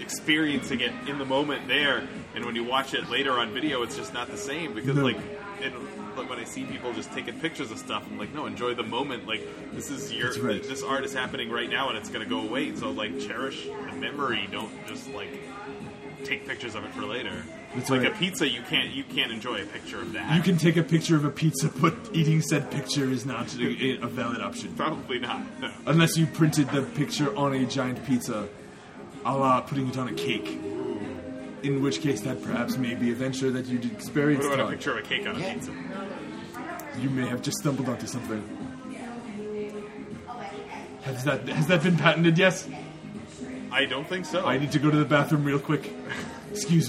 experiencing it in the moment there, and when you watch it later on video, it's just not the same because
No.
like. And, like when I see people just taking pictures of stuff, I'm like, no, enjoy the moment. Like this is your,
That's right.
this art is happening right now, and it's gonna go away. So like, cherish the memory. Don't just like take pictures of it for later.
That's
like
right.
a pizza, you can't you can't enjoy a picture of that.
You can take a picture of a pizza, but eating said picture is not a, a valid option.
probably not. No.
Unless you printed the picture on a giant pizza, a la putting it on a cake. In which case, that perhaps may be a venture that you'd
What
experienced.
about a
on.
picture of a cake on a pizza?
You may have just stumbled onto something. Has that, has that been patented yet?
I don't think so.
I need to go to the bathroom real quick. Excuse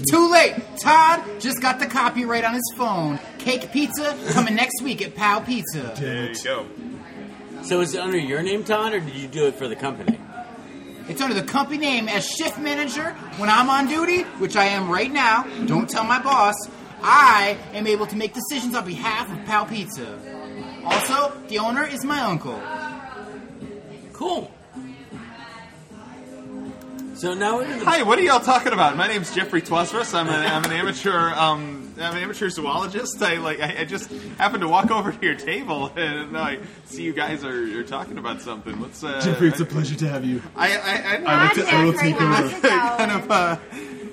me.
Too late. Todd just got the copyright on his phone. Cake pizza coming next week at Pal Pizza.
there you go.
So is it under your name, Todd, or did you do it for the company?
It's under the company name as shift manager. When I'm on duty, which I am right now, don't tell my boss, I am able to make decisions on behalf of Pal Pizza. Also, the owner is my uncle.
Cool. So now we're in the
Hi, what are y'all talking about? My name's Jeffrey Twasrus. I'm an, I'm an amateur. Um, I'm an amateur zoologist. I like. I, I just happened to walk over to your table, and I see you guys are, are talking about something. What's uh,
Jeffrey, it's a pleasure to have you.
I, I, I,
I
Hi,
will, t- I will
Jeffrey,
take
how's
over.
it going?
kind of. Uh,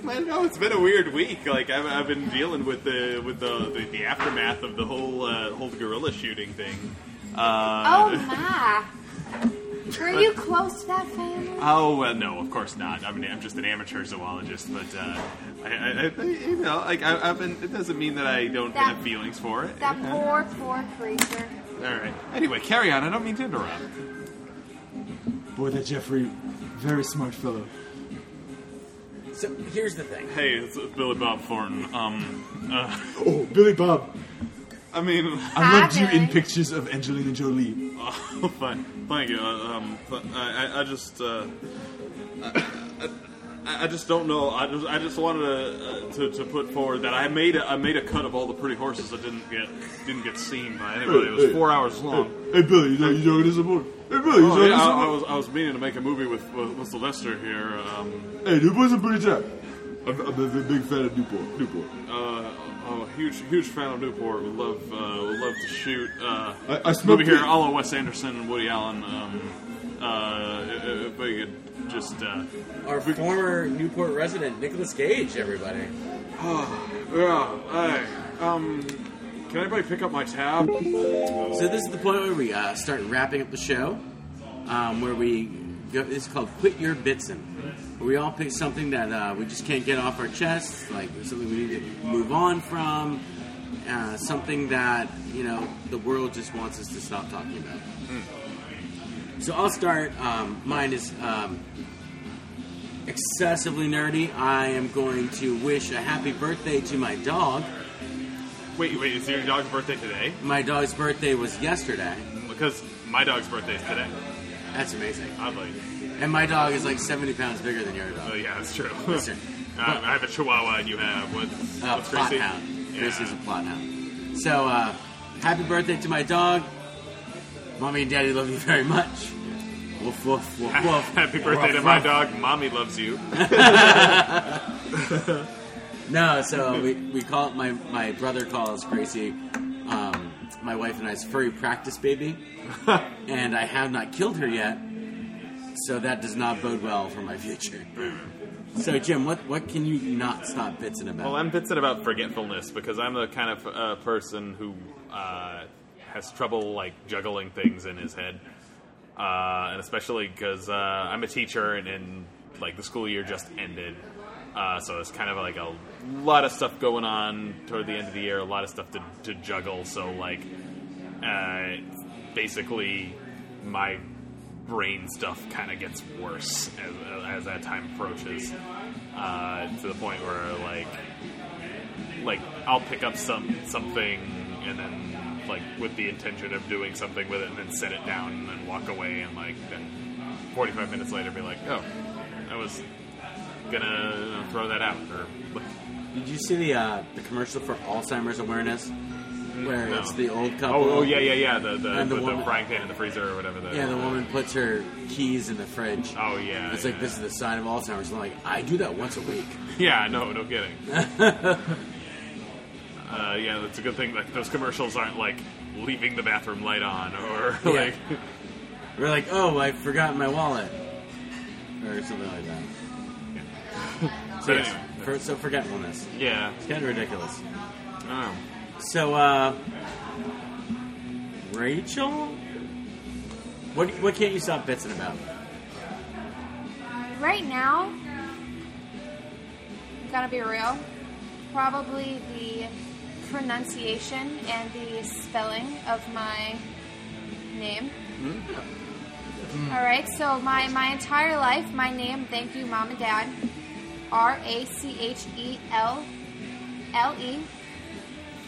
I don't know. It's been a weird week. Like I've, I've been dealing with the with the, the, the aftermath of the whole uh, whole gorilla shooting thing. Uh,
Oh my! Were you close to that family?
Oh well, no, of course not. I mean, I'm just an amateur zoologist, but uh, I, I, I, you know, like I, I've been. It doesn't mean that I don't
That-
have feelings for it.
That
Yeah.
poor, poor creature.
All right. Anyway, carry on. I don't mean to interrupt.
Boy, that Jeffrey, very smart fellow.
So here's the thing.
Hey, it's Billy Bob Thornton. Um,
Oh, Billy Bob,
I mean,
I loved you in
Hi, Billy.
pictures of Angelina Jolie.
oh, fine. Thank you. Uh, um, th- I, I, I just. Uh, I, I just don't know. I just, I just wanted to, uh, to to put forward that I made a, I made a cut of all the pretty horses that didn't get didn't get seen by anybody. It was four hours long.
Hey, Billy, you know you talking to someone? Hey, Billy, you
Oh,
talking
yeah,
to
I, I
someone?
was I was meaning to make a movie with with, with Sylvester here. Um,
Hey, there was a pretty time. I'm, I'm a big fan of Newport. Newport.
Uh, I'm a huge, huge fan of Newport. We love, uh, we love to shoot. Uh,
I- I smoked
movie here,
it.
all of Wes Anderson and Woody Allen. Um, uh, if- if we could just. Uh,
Our former Newport resident, Nicholas Gage, everybody.
oh, yeah, hey, um, can anybody pick up my tab?
So this is the point where we uh, start wrapping up the show, um, where we go, it's called Quit Your Bitsin. Where we all pick something that uh, we just can't get off our chests, like something we need to move on from, uh, something that you know the world just wants us to stop talking about. So I'll start. Um, mine is um, excessively nerdy. I am going to wish a happy birthday to my dog.
Wait, wait, is your dog's birthday today?
My dog's birthday was yesterday.
Because my dog's birthday is today.
That's amazing.
Oddly.
And my dog is like 70 pounds bigger than your dog.
Oh, yeah, that's true.
That's it.
I, I have a chihuahua and you have. What,
Uh,
what's
plot
Gracie?
hound.
Yeah.
Gracie's a plot hound. So, uh, happy birthday to my dog. Mommy and daddy love you very much. Woof, woof, woof, woof.
Happy birthday to
Woof,
my
woof.
dog. Mommy loves you.
No, so we, we call it, my, my brother calls Gracie, um, my wife and I's furry practice baby. and I have not killed her yet, so that does not bode well for my future.
Mm.
So, Jim, what, what can you not stop bitsing about?
Well, I'm bitching about forgetfulness because I'm the kind of uh, person who uh, has trouble like juggling things in his head, uh, and especially because uh, I'm a teacher and, and like the school year just ended, uh, so it's kind of like a lot of stuff going on toward the end of the year, a lot of stuff to, to juggle. So like, uh, basically, my brain stuff kind of gets worse as, as that time approaches uh, to the point where like like I'll pick up some something and then like with the intention of doing something with it and then set it down and then walk away and like then 45 minutes later be like oh I was gonna throw that out or
Did you see the uh, the commercial for Alzheimer's awareness, where
No.
it's the old couple?
oh, oh yeah yeah yeah the the,
And the
with the
woman-
frying pan in the freezer or whatever the,
Yeah, the woman puts her keys in the fridge.
oh yeah
it's
yeah.
like this is the sign of Alzheimer's. And I'm like, I do that once a week.
Yeah, no, no kidding. uh, yeah, that's a good thing. Like those commercials aren't like leaving the bathroom light on, or
Yeah.
like
We're like, oh, I forgot my wallet, or something like that. so,
But
yes,
anyway.
for, so forgetfulness.
yeah.
It's kind of ridiculous.
Oh.
So, uh, Rachel, what what can't you stop bitsing about?
Right now, gotta be real, probably the pronunciation and the spelling of my name. All right, so my, my entire life, my name, thank you, mom and dad, R A C H E L L E.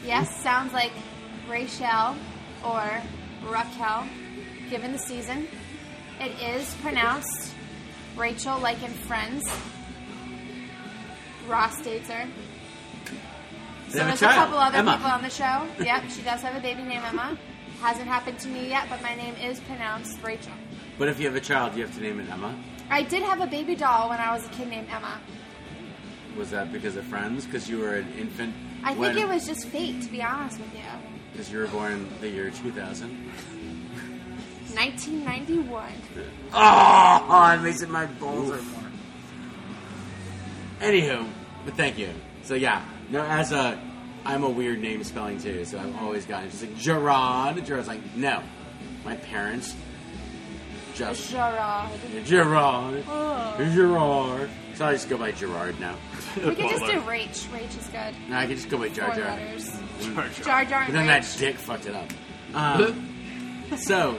Yes, sounds like Rachel or Raquel, given the season. It is pronounced Rachel, like in Friends. Ross dates her.
They
So
have
there's a,
child,
couple other
Emma.
people on the show. Yep, she does have a baby named Emma. Hasn't happened to me yet, but my name is pronounced Rachel.
But if you have a child, you have to name it Emma.
I did have a baby doll when I was a kid named Emma.
Was that because of friends? Because you were an infant?
I think it was just fate, to be honest with you.
Because you were born the year 2000.
1991.
Oh, it makes it my balls are more. Anywho, but thank you. So yeah, no, as a, I'm a weird name spelling too, so I've always gotten just like Gerard. Gerard's like, no, my parents just
Gerard.
Gerard,
Oh.
Gerard. So I just go by Gerard now.
We could just do
Baller.
Rach. Rach is good.
No, I can just go by uh, Jar
Four
Jar.
letters.
Jar Jar.
Jar Jar
But
and
then
Rach.
that dick fucked it up. Um, so,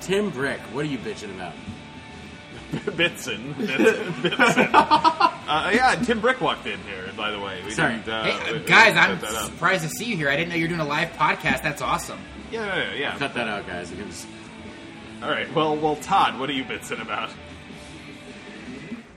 Tim Brick, what are you bitching about?
Bitson. Bitson. Bitson. uh, yeah, Tim Brick walked in here, by the way. We
Sorry.
didn't, uh,
Hey,
we-
uh,
we
guys,
set
I'm
that up.
surprised to see you here. I didn't know you were doing a live podcast. That's awesome.
Yeah, yeah, yeah, yeah.
Cut that out, guys. I can just-
All right. Well, well, Todd, what are you bitching about?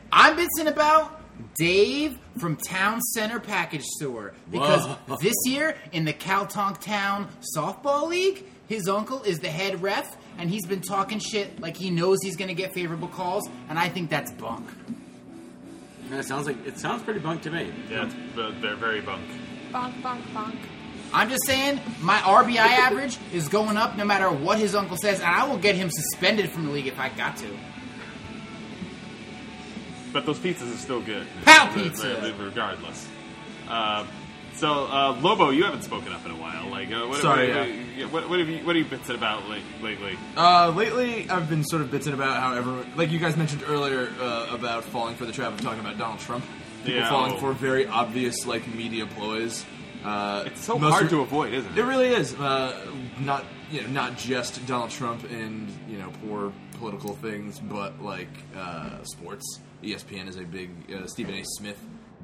I'm bitching about Dave from Town Center Package Store because
Whoa.
this year in the Caltonk Town Softball League, his uncle is the head ref, and he's been talking shit like he knows he's going to get favorable calls, and I think that's bunk.
And it sounds like it sounds pretty bunk to me.
Yeah, it's, but they're very bunk.
Bonk, bonk, bonk.
I'm just saying, my RBI average is going up no matter what his uncle says, and I will get him suspended from the league if I got to.
But those pizzas are still good.
Pal
They're-
pizza!
they're- they're Regardless. Uh, so, uh, Lobo, you haven't spoken up in a while. Like, uh, what,
Sorry,
what,
yeah.
yeah, what, what have you what have you been about like, lately?
Uh, lately, I've been sort of bitten about how everyone, like you guys mentioned earlier, uh, about falling for the trap of talking about Donald Trump. People
Yeah,
falling
oh.
for very obvious like media ploys. Uh,
It's so hard to avoid, isn't it?
It really is. Uh, not you know, not just Donald Trump and you know poor political things, but like uh, sports. ESPN is a big uh, Stephen A. Smith,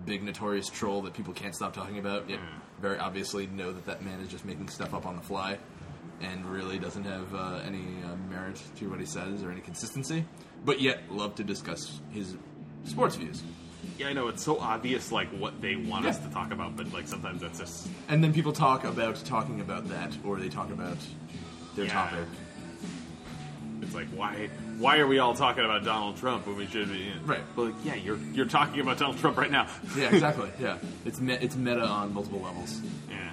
big notorious troll that people can't stop talking about. Yet
Hmm.
very obviously know that that man is just making stuff up on the fly, and really doesn't have uh, any uh, merit to what he says or any consistency. But yet love to discuss his sports views.
Yeah, I know it's so obvious, like what they want us to talk about, but like sometimes that's just
And then people talk about talking about that, or they talk about their
Yeah.
topic.
it's like why why are we all talking about Donald Trump when we should be? You know?
Right.
But like, yeah, you're you're talking about Donald Trump right now.
Yeah, exactly. Yeah, it's me- it's meta on multiple levels.
yeah.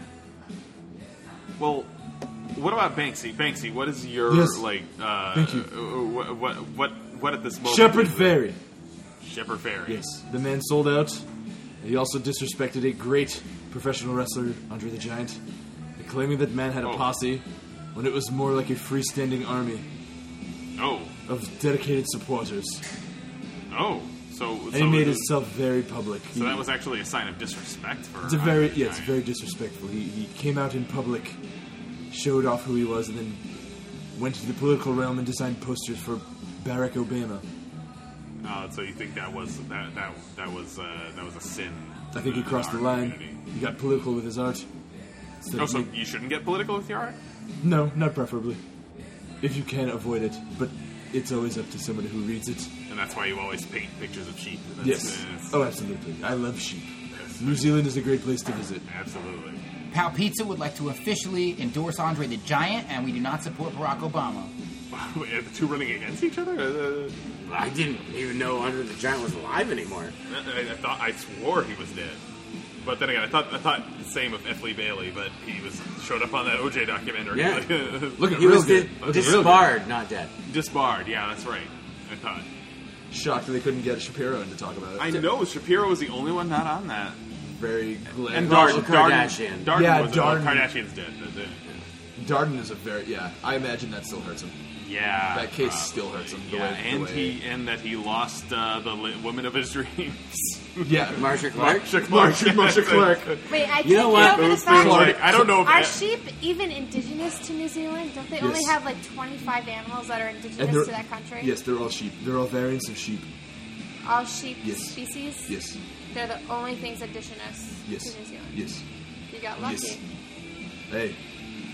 Well, what about Banksy? Banksy, what is your
Yes.
like? Uh,
Thank you.
What, what what what at this moment?
Shepherd
is it?
Ferry.
Shepherd Ferry.
Yes, the man sold out. He also disrespected a great professional wrestler, Andre the Giant, claiming that man had a
Oh.
posse when it was more like a freestanding army
Oh,
of dedicated supporters.
oh. So,
And
so
he made
it-
himself very public.
So that was actually a sign of disrespect for.
It's a very
Andre
yeah, it's
Giant.
very disrespectful. He, he came out in public, showed off who he was, and then went to the political realm and designed posters for Barack Obama.
Uh, so you think that was that that that was uh, that was a sin?
I think he
in
crossed the
our
line.
community.
He got political with his art. Instead
Oh,
of
so
make-
you shouldn't get political with your art.
no, not preferably. If you can avoid it, but it's always up to somebody who reads it.
And that's why you always paint pictures of sheep. That's,
yes.
that's-
Oh, absolutely. I love sheep.
Yes.
New Zealand is a great place to visit.
absolutely.
Pal Pizza would like to officially endorse Andre the Giant, and we do not support Barack Obama.
Wait, are the two running against each other? Uh,
I didn't even know Under the Giant was alive anymore.
I, I thought I swore he was dead, but then again, I thought I thought the same of F. Lee Bailey, but he was showed up on that OJ documentary.
Yeah.
Look,
He was di-
Looking real
disbarred, not dead.
disbarred. Yeah, that's right. I thought.
Shocked that they couldn't get Shapiro in to talk about it.
I know Shapiro was the only one not on that.
Very glad.
And
Well,
Darden,
Kardashian.
Darden, Darden
Yeah,
was well,
Darden.
Kardashian's dead. but uh, then-
Darden is a very yeah. I imagine that still hurts him.
Yeah,
That case still hurts him. The
Yeah,
way, the
and
way-
he and that he lost uh, the li- woman of his dreams.
yeah.
Marsha Clark.
Marsha Clark.
Marsha, Marsha Clark.
Wait, I can't
know what?
get over the
Those
fact
things, like, I don't know if
Are
that-
sheep even indigenous to New Zealand? Don't they only
Yes.
have like 25 animals that are indigenous
And they're-
to that country?
Yes, they're all sheep. They're all variants of sheep.
All sheep
Yes.
species?
Yes,
They're the only things indigenous
yes,
to New Zealand.
yes.
You got lucky.
Yes. Hey,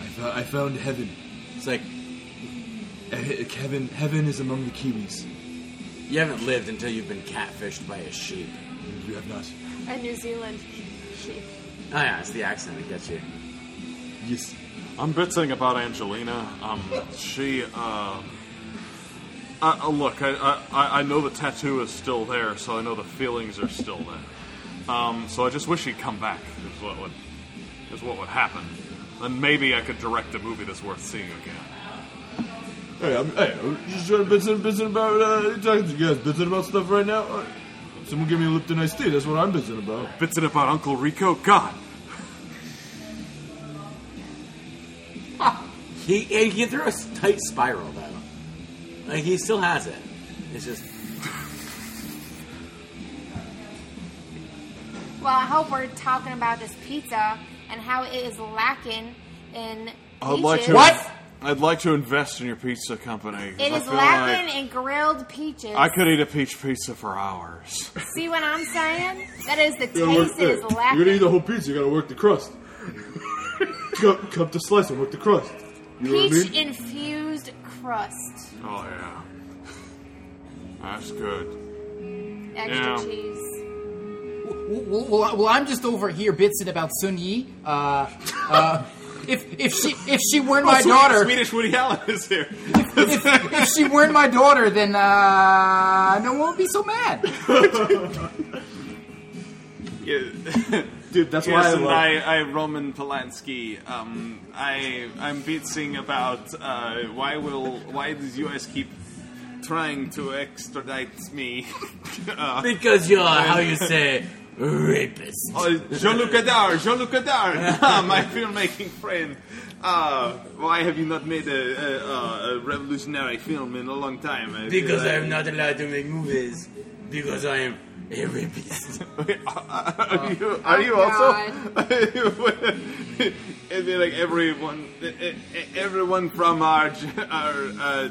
I, fo- I found heaven.
It's like
Eh, Heaven, heaven is among the Kiwis.
you haven't lived until you've been catfished by a sheep.
You have not.
A New Zealand sheep.
Oh yeah, it's the accent that gets you.
Yes.
I'm bitching about Angelina. Um, she, um, I, I- look, I, I- I, I know the tattoo is still there, so I know the feelings are still there. Um, so I just wish he'd come back. Is what would, is what would happen. Then maybe I could direct a movie that's worth seeing again.
Hey, I'm, hey, I'm just trying to bitching, bitching about uh, talking to you guys, bitching about stuff right now. Uh, Someone give me a Lipton iced tea. That's what I'm bitching about.
Bitching about Uncle Rico. God,
He he can through a s- tight spiral though. Like he still has it. It's just
Well, I hope we're talking about this pizza and how it is lacking in peaches.
I'd like to invest in your pizza company.
It is lacking in grilled peaches.
could eat a peach pizza for hours.
See what I'm saying? That is the
You gotta work-
taste that
hey,
is
You're gonna eat the
lacking.
whole pizza. You gotta work the crust. cut, cut the slice and work the crust. You know what I
Peach
mean?
infused crust.
Oh yeah, that's good.
Extra
Yeah.
cheese.
Well, well, well, I'm just over here bitching about Sun Yi. Uh, uh, if if she if she weren't
Oh,
my
Swe-
daughter,
Swedish Woody Allen is here.
if, if she weren't my daughter, then uh, no one would be so mad.
Yeah.
Dude, that's
yes,
why I
and
love-
I, I Roman Polanski. Um, I I'm bitching about uh, why will why does U.S. keep trying to extradite me? Uh,
Because you're, how
when-
you say, rapist.
Oh, Jean-Luc Godard, Jean-Luc Godard, Ah, my filmmaking friend. Uh, why have you not made a, a, a- a revolutionary film in a long time? I feel
Because
like-
I'm not allowed to make movies. Because I am a rapist. Oh.
Are you, are you also? It'd be like everyone, e- e- everyone from our ge- our uh,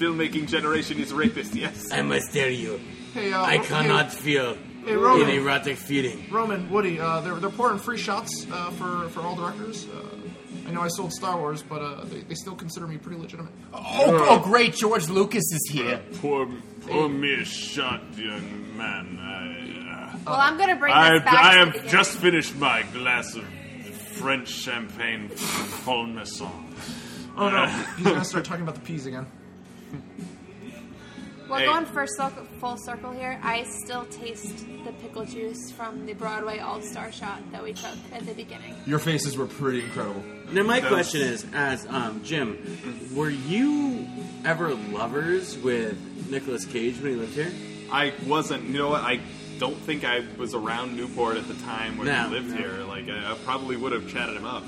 filmmaking generation is rapist. Yes,
I'm a stereo.
Hey, uh,
I
okay.
cannot feel
Hey, Roman.
an erotic feeling.
Roman, Woody, uh, they're, they're pouring free shots uh, for, for all directors. Uh, I know I sold Star Wars, but uh, they, they still consider me pretty legitimate.
Uh.
Oh, oh, great! George Lucas is here.
Poor, poor mere shot, young man. I, uh,
Well, I'm gonna bring
I,
this back
I
to the
have
beginning.
just finished my glass of French champagne, Paul Masson. Uh,
Oh no, he's gonna start talking about the peas again.
Well,
Hey.
going first circle, full circle here, I still taste the pickle juice from the Broadway All Star shot that we took at the beginning.
Your faces were pretty incredible.
Now, my question is, as um, Jim, were you ever lovers with Nicolas Cage when he lived here?
I wasn't. You know what? I don't think I was around Newport at the time when
No,
he lived
no.
here. Like I, I probably would have chatted him up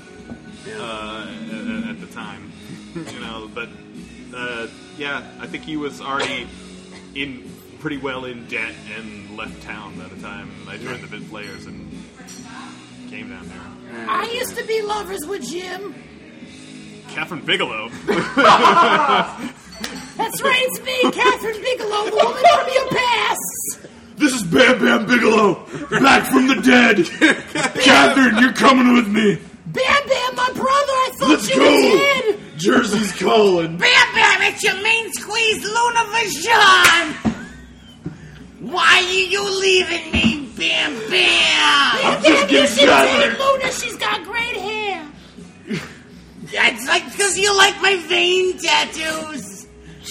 uh, at, at the time, you know. But uh, yeah, I think he was already in pretty well in debt and left town by the time I joined the Bit Players and came down there.
I used to be lovers with Jim.
Catherine Bigelow.
That's right, it's me, Catherine Bigelow, the woman from your past.
This is Bam Bam Bigelow, back from the dead. Catherine, you're coming with me.
Bam Bam, my brother, I thought
Let's
you
go.
were dead.
Jersey's calling.
Bam Bam, it's your main squeeze, Luna Vision. Why are you leaving me, Bam Bam?
I'm just
you
getting
should
gathered.
say Luna, she's got great hair. Yeah, it's like because you like my vein tattoos.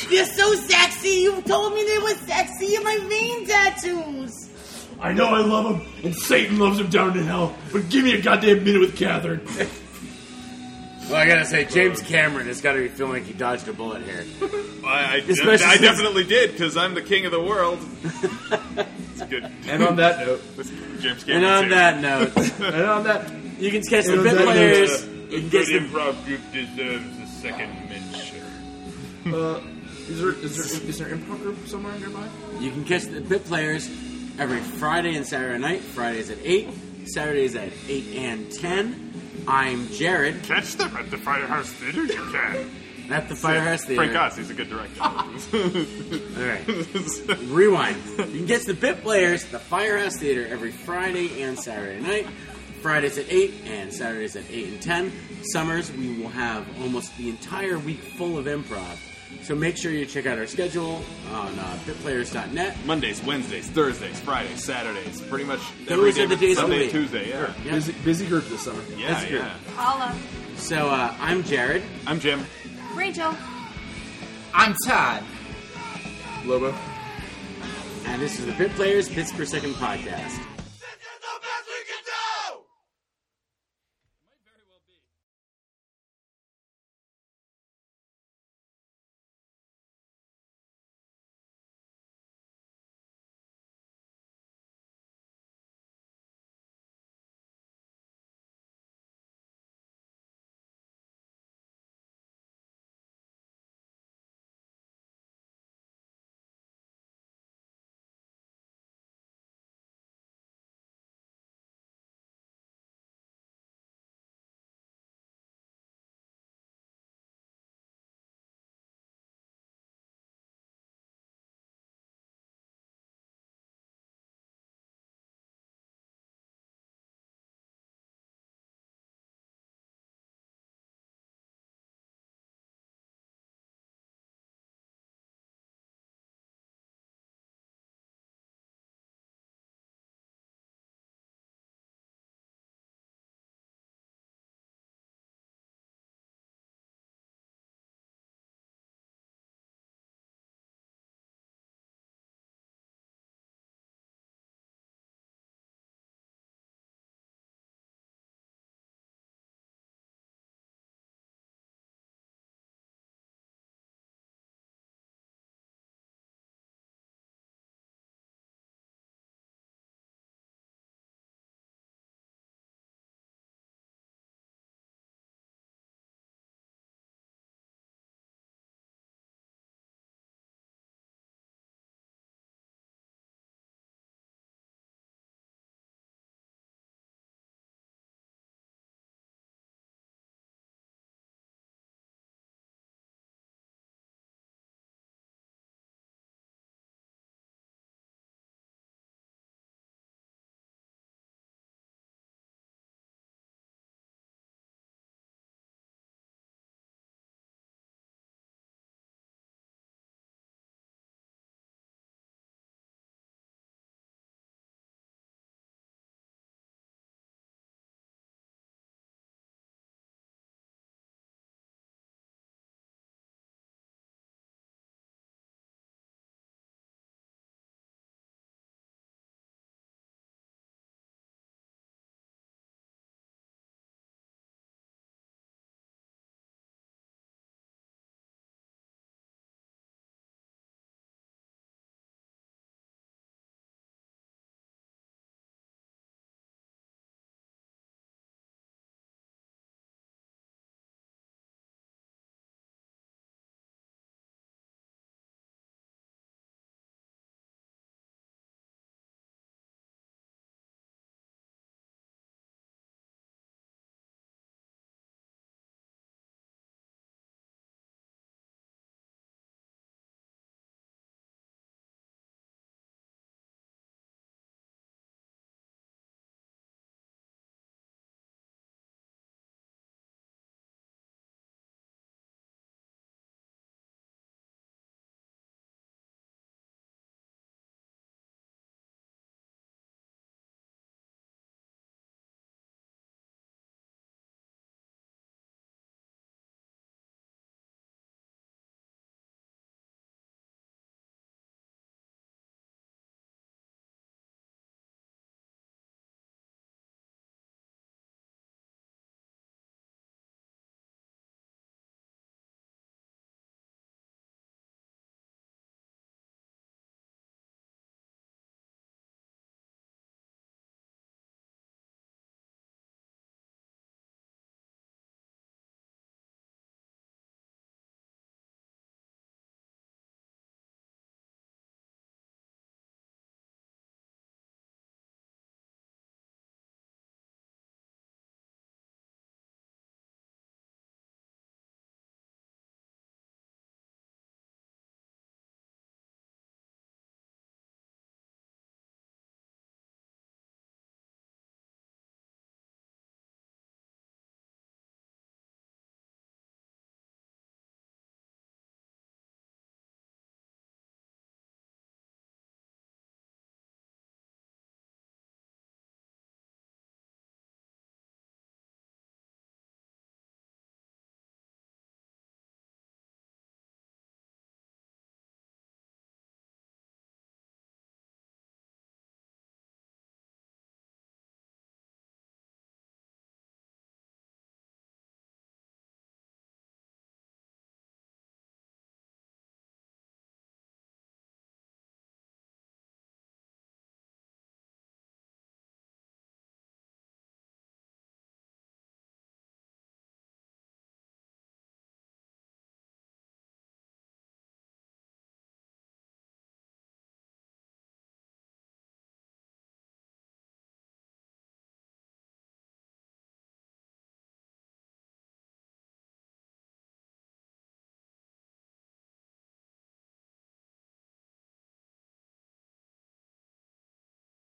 They're so sexy. You told me they were sexy in my vein tattoos.
I know I love him, and Satan loves him down in hell, but give me a goddamn minute with Catherine.
Well, I gotta say, James Cameron has gotta be feeling like he dodged a bullet here.
I, I,
Especially
I
since-
definitely did because I'm the king of the world. it's good.
And on that note,
James
And
Cameron
on
too.
that note,
and on that,
you can catch the
And on
bit
that note- uh,
players.
A
You can
good
catch the
improv group deserves a second mention.
uh, is there is there is there an improv group somewhere nearby?
you can catch the bit players every Friday and Saturday night. Fridays at eight, Saturdays at eight and ten. I'm Jared.
Catch them at the Firehouse Theater. You can.
At the Firehouse Theater.
Frank Oz, he's a good director.
All right. Rewind. You can get to the Bit Players, at the Firehouse Theater, every Friday and Saturday night. Fridays at 8 and Saturdays at 8 and 10. Summers, we will have almost the entire week full of improv. So make sure you check out our schedule on uh, bitplayers.net.
Mondays, Wednesdays, Thursdays, Fridays, Saturdays, pretty much
Those
every day.
are the days of the
Sunday,
week.
Tuesday, yeah.
Yeah.
Busy, busy group this summer.
Yeah,
Busy group.
yeah.
Paula,
So uh, I'm Jared.
I'm Jim.
Rachel,
I'm Todd.
Lobo.
And this is the Bit Players Bits Per Second podcast.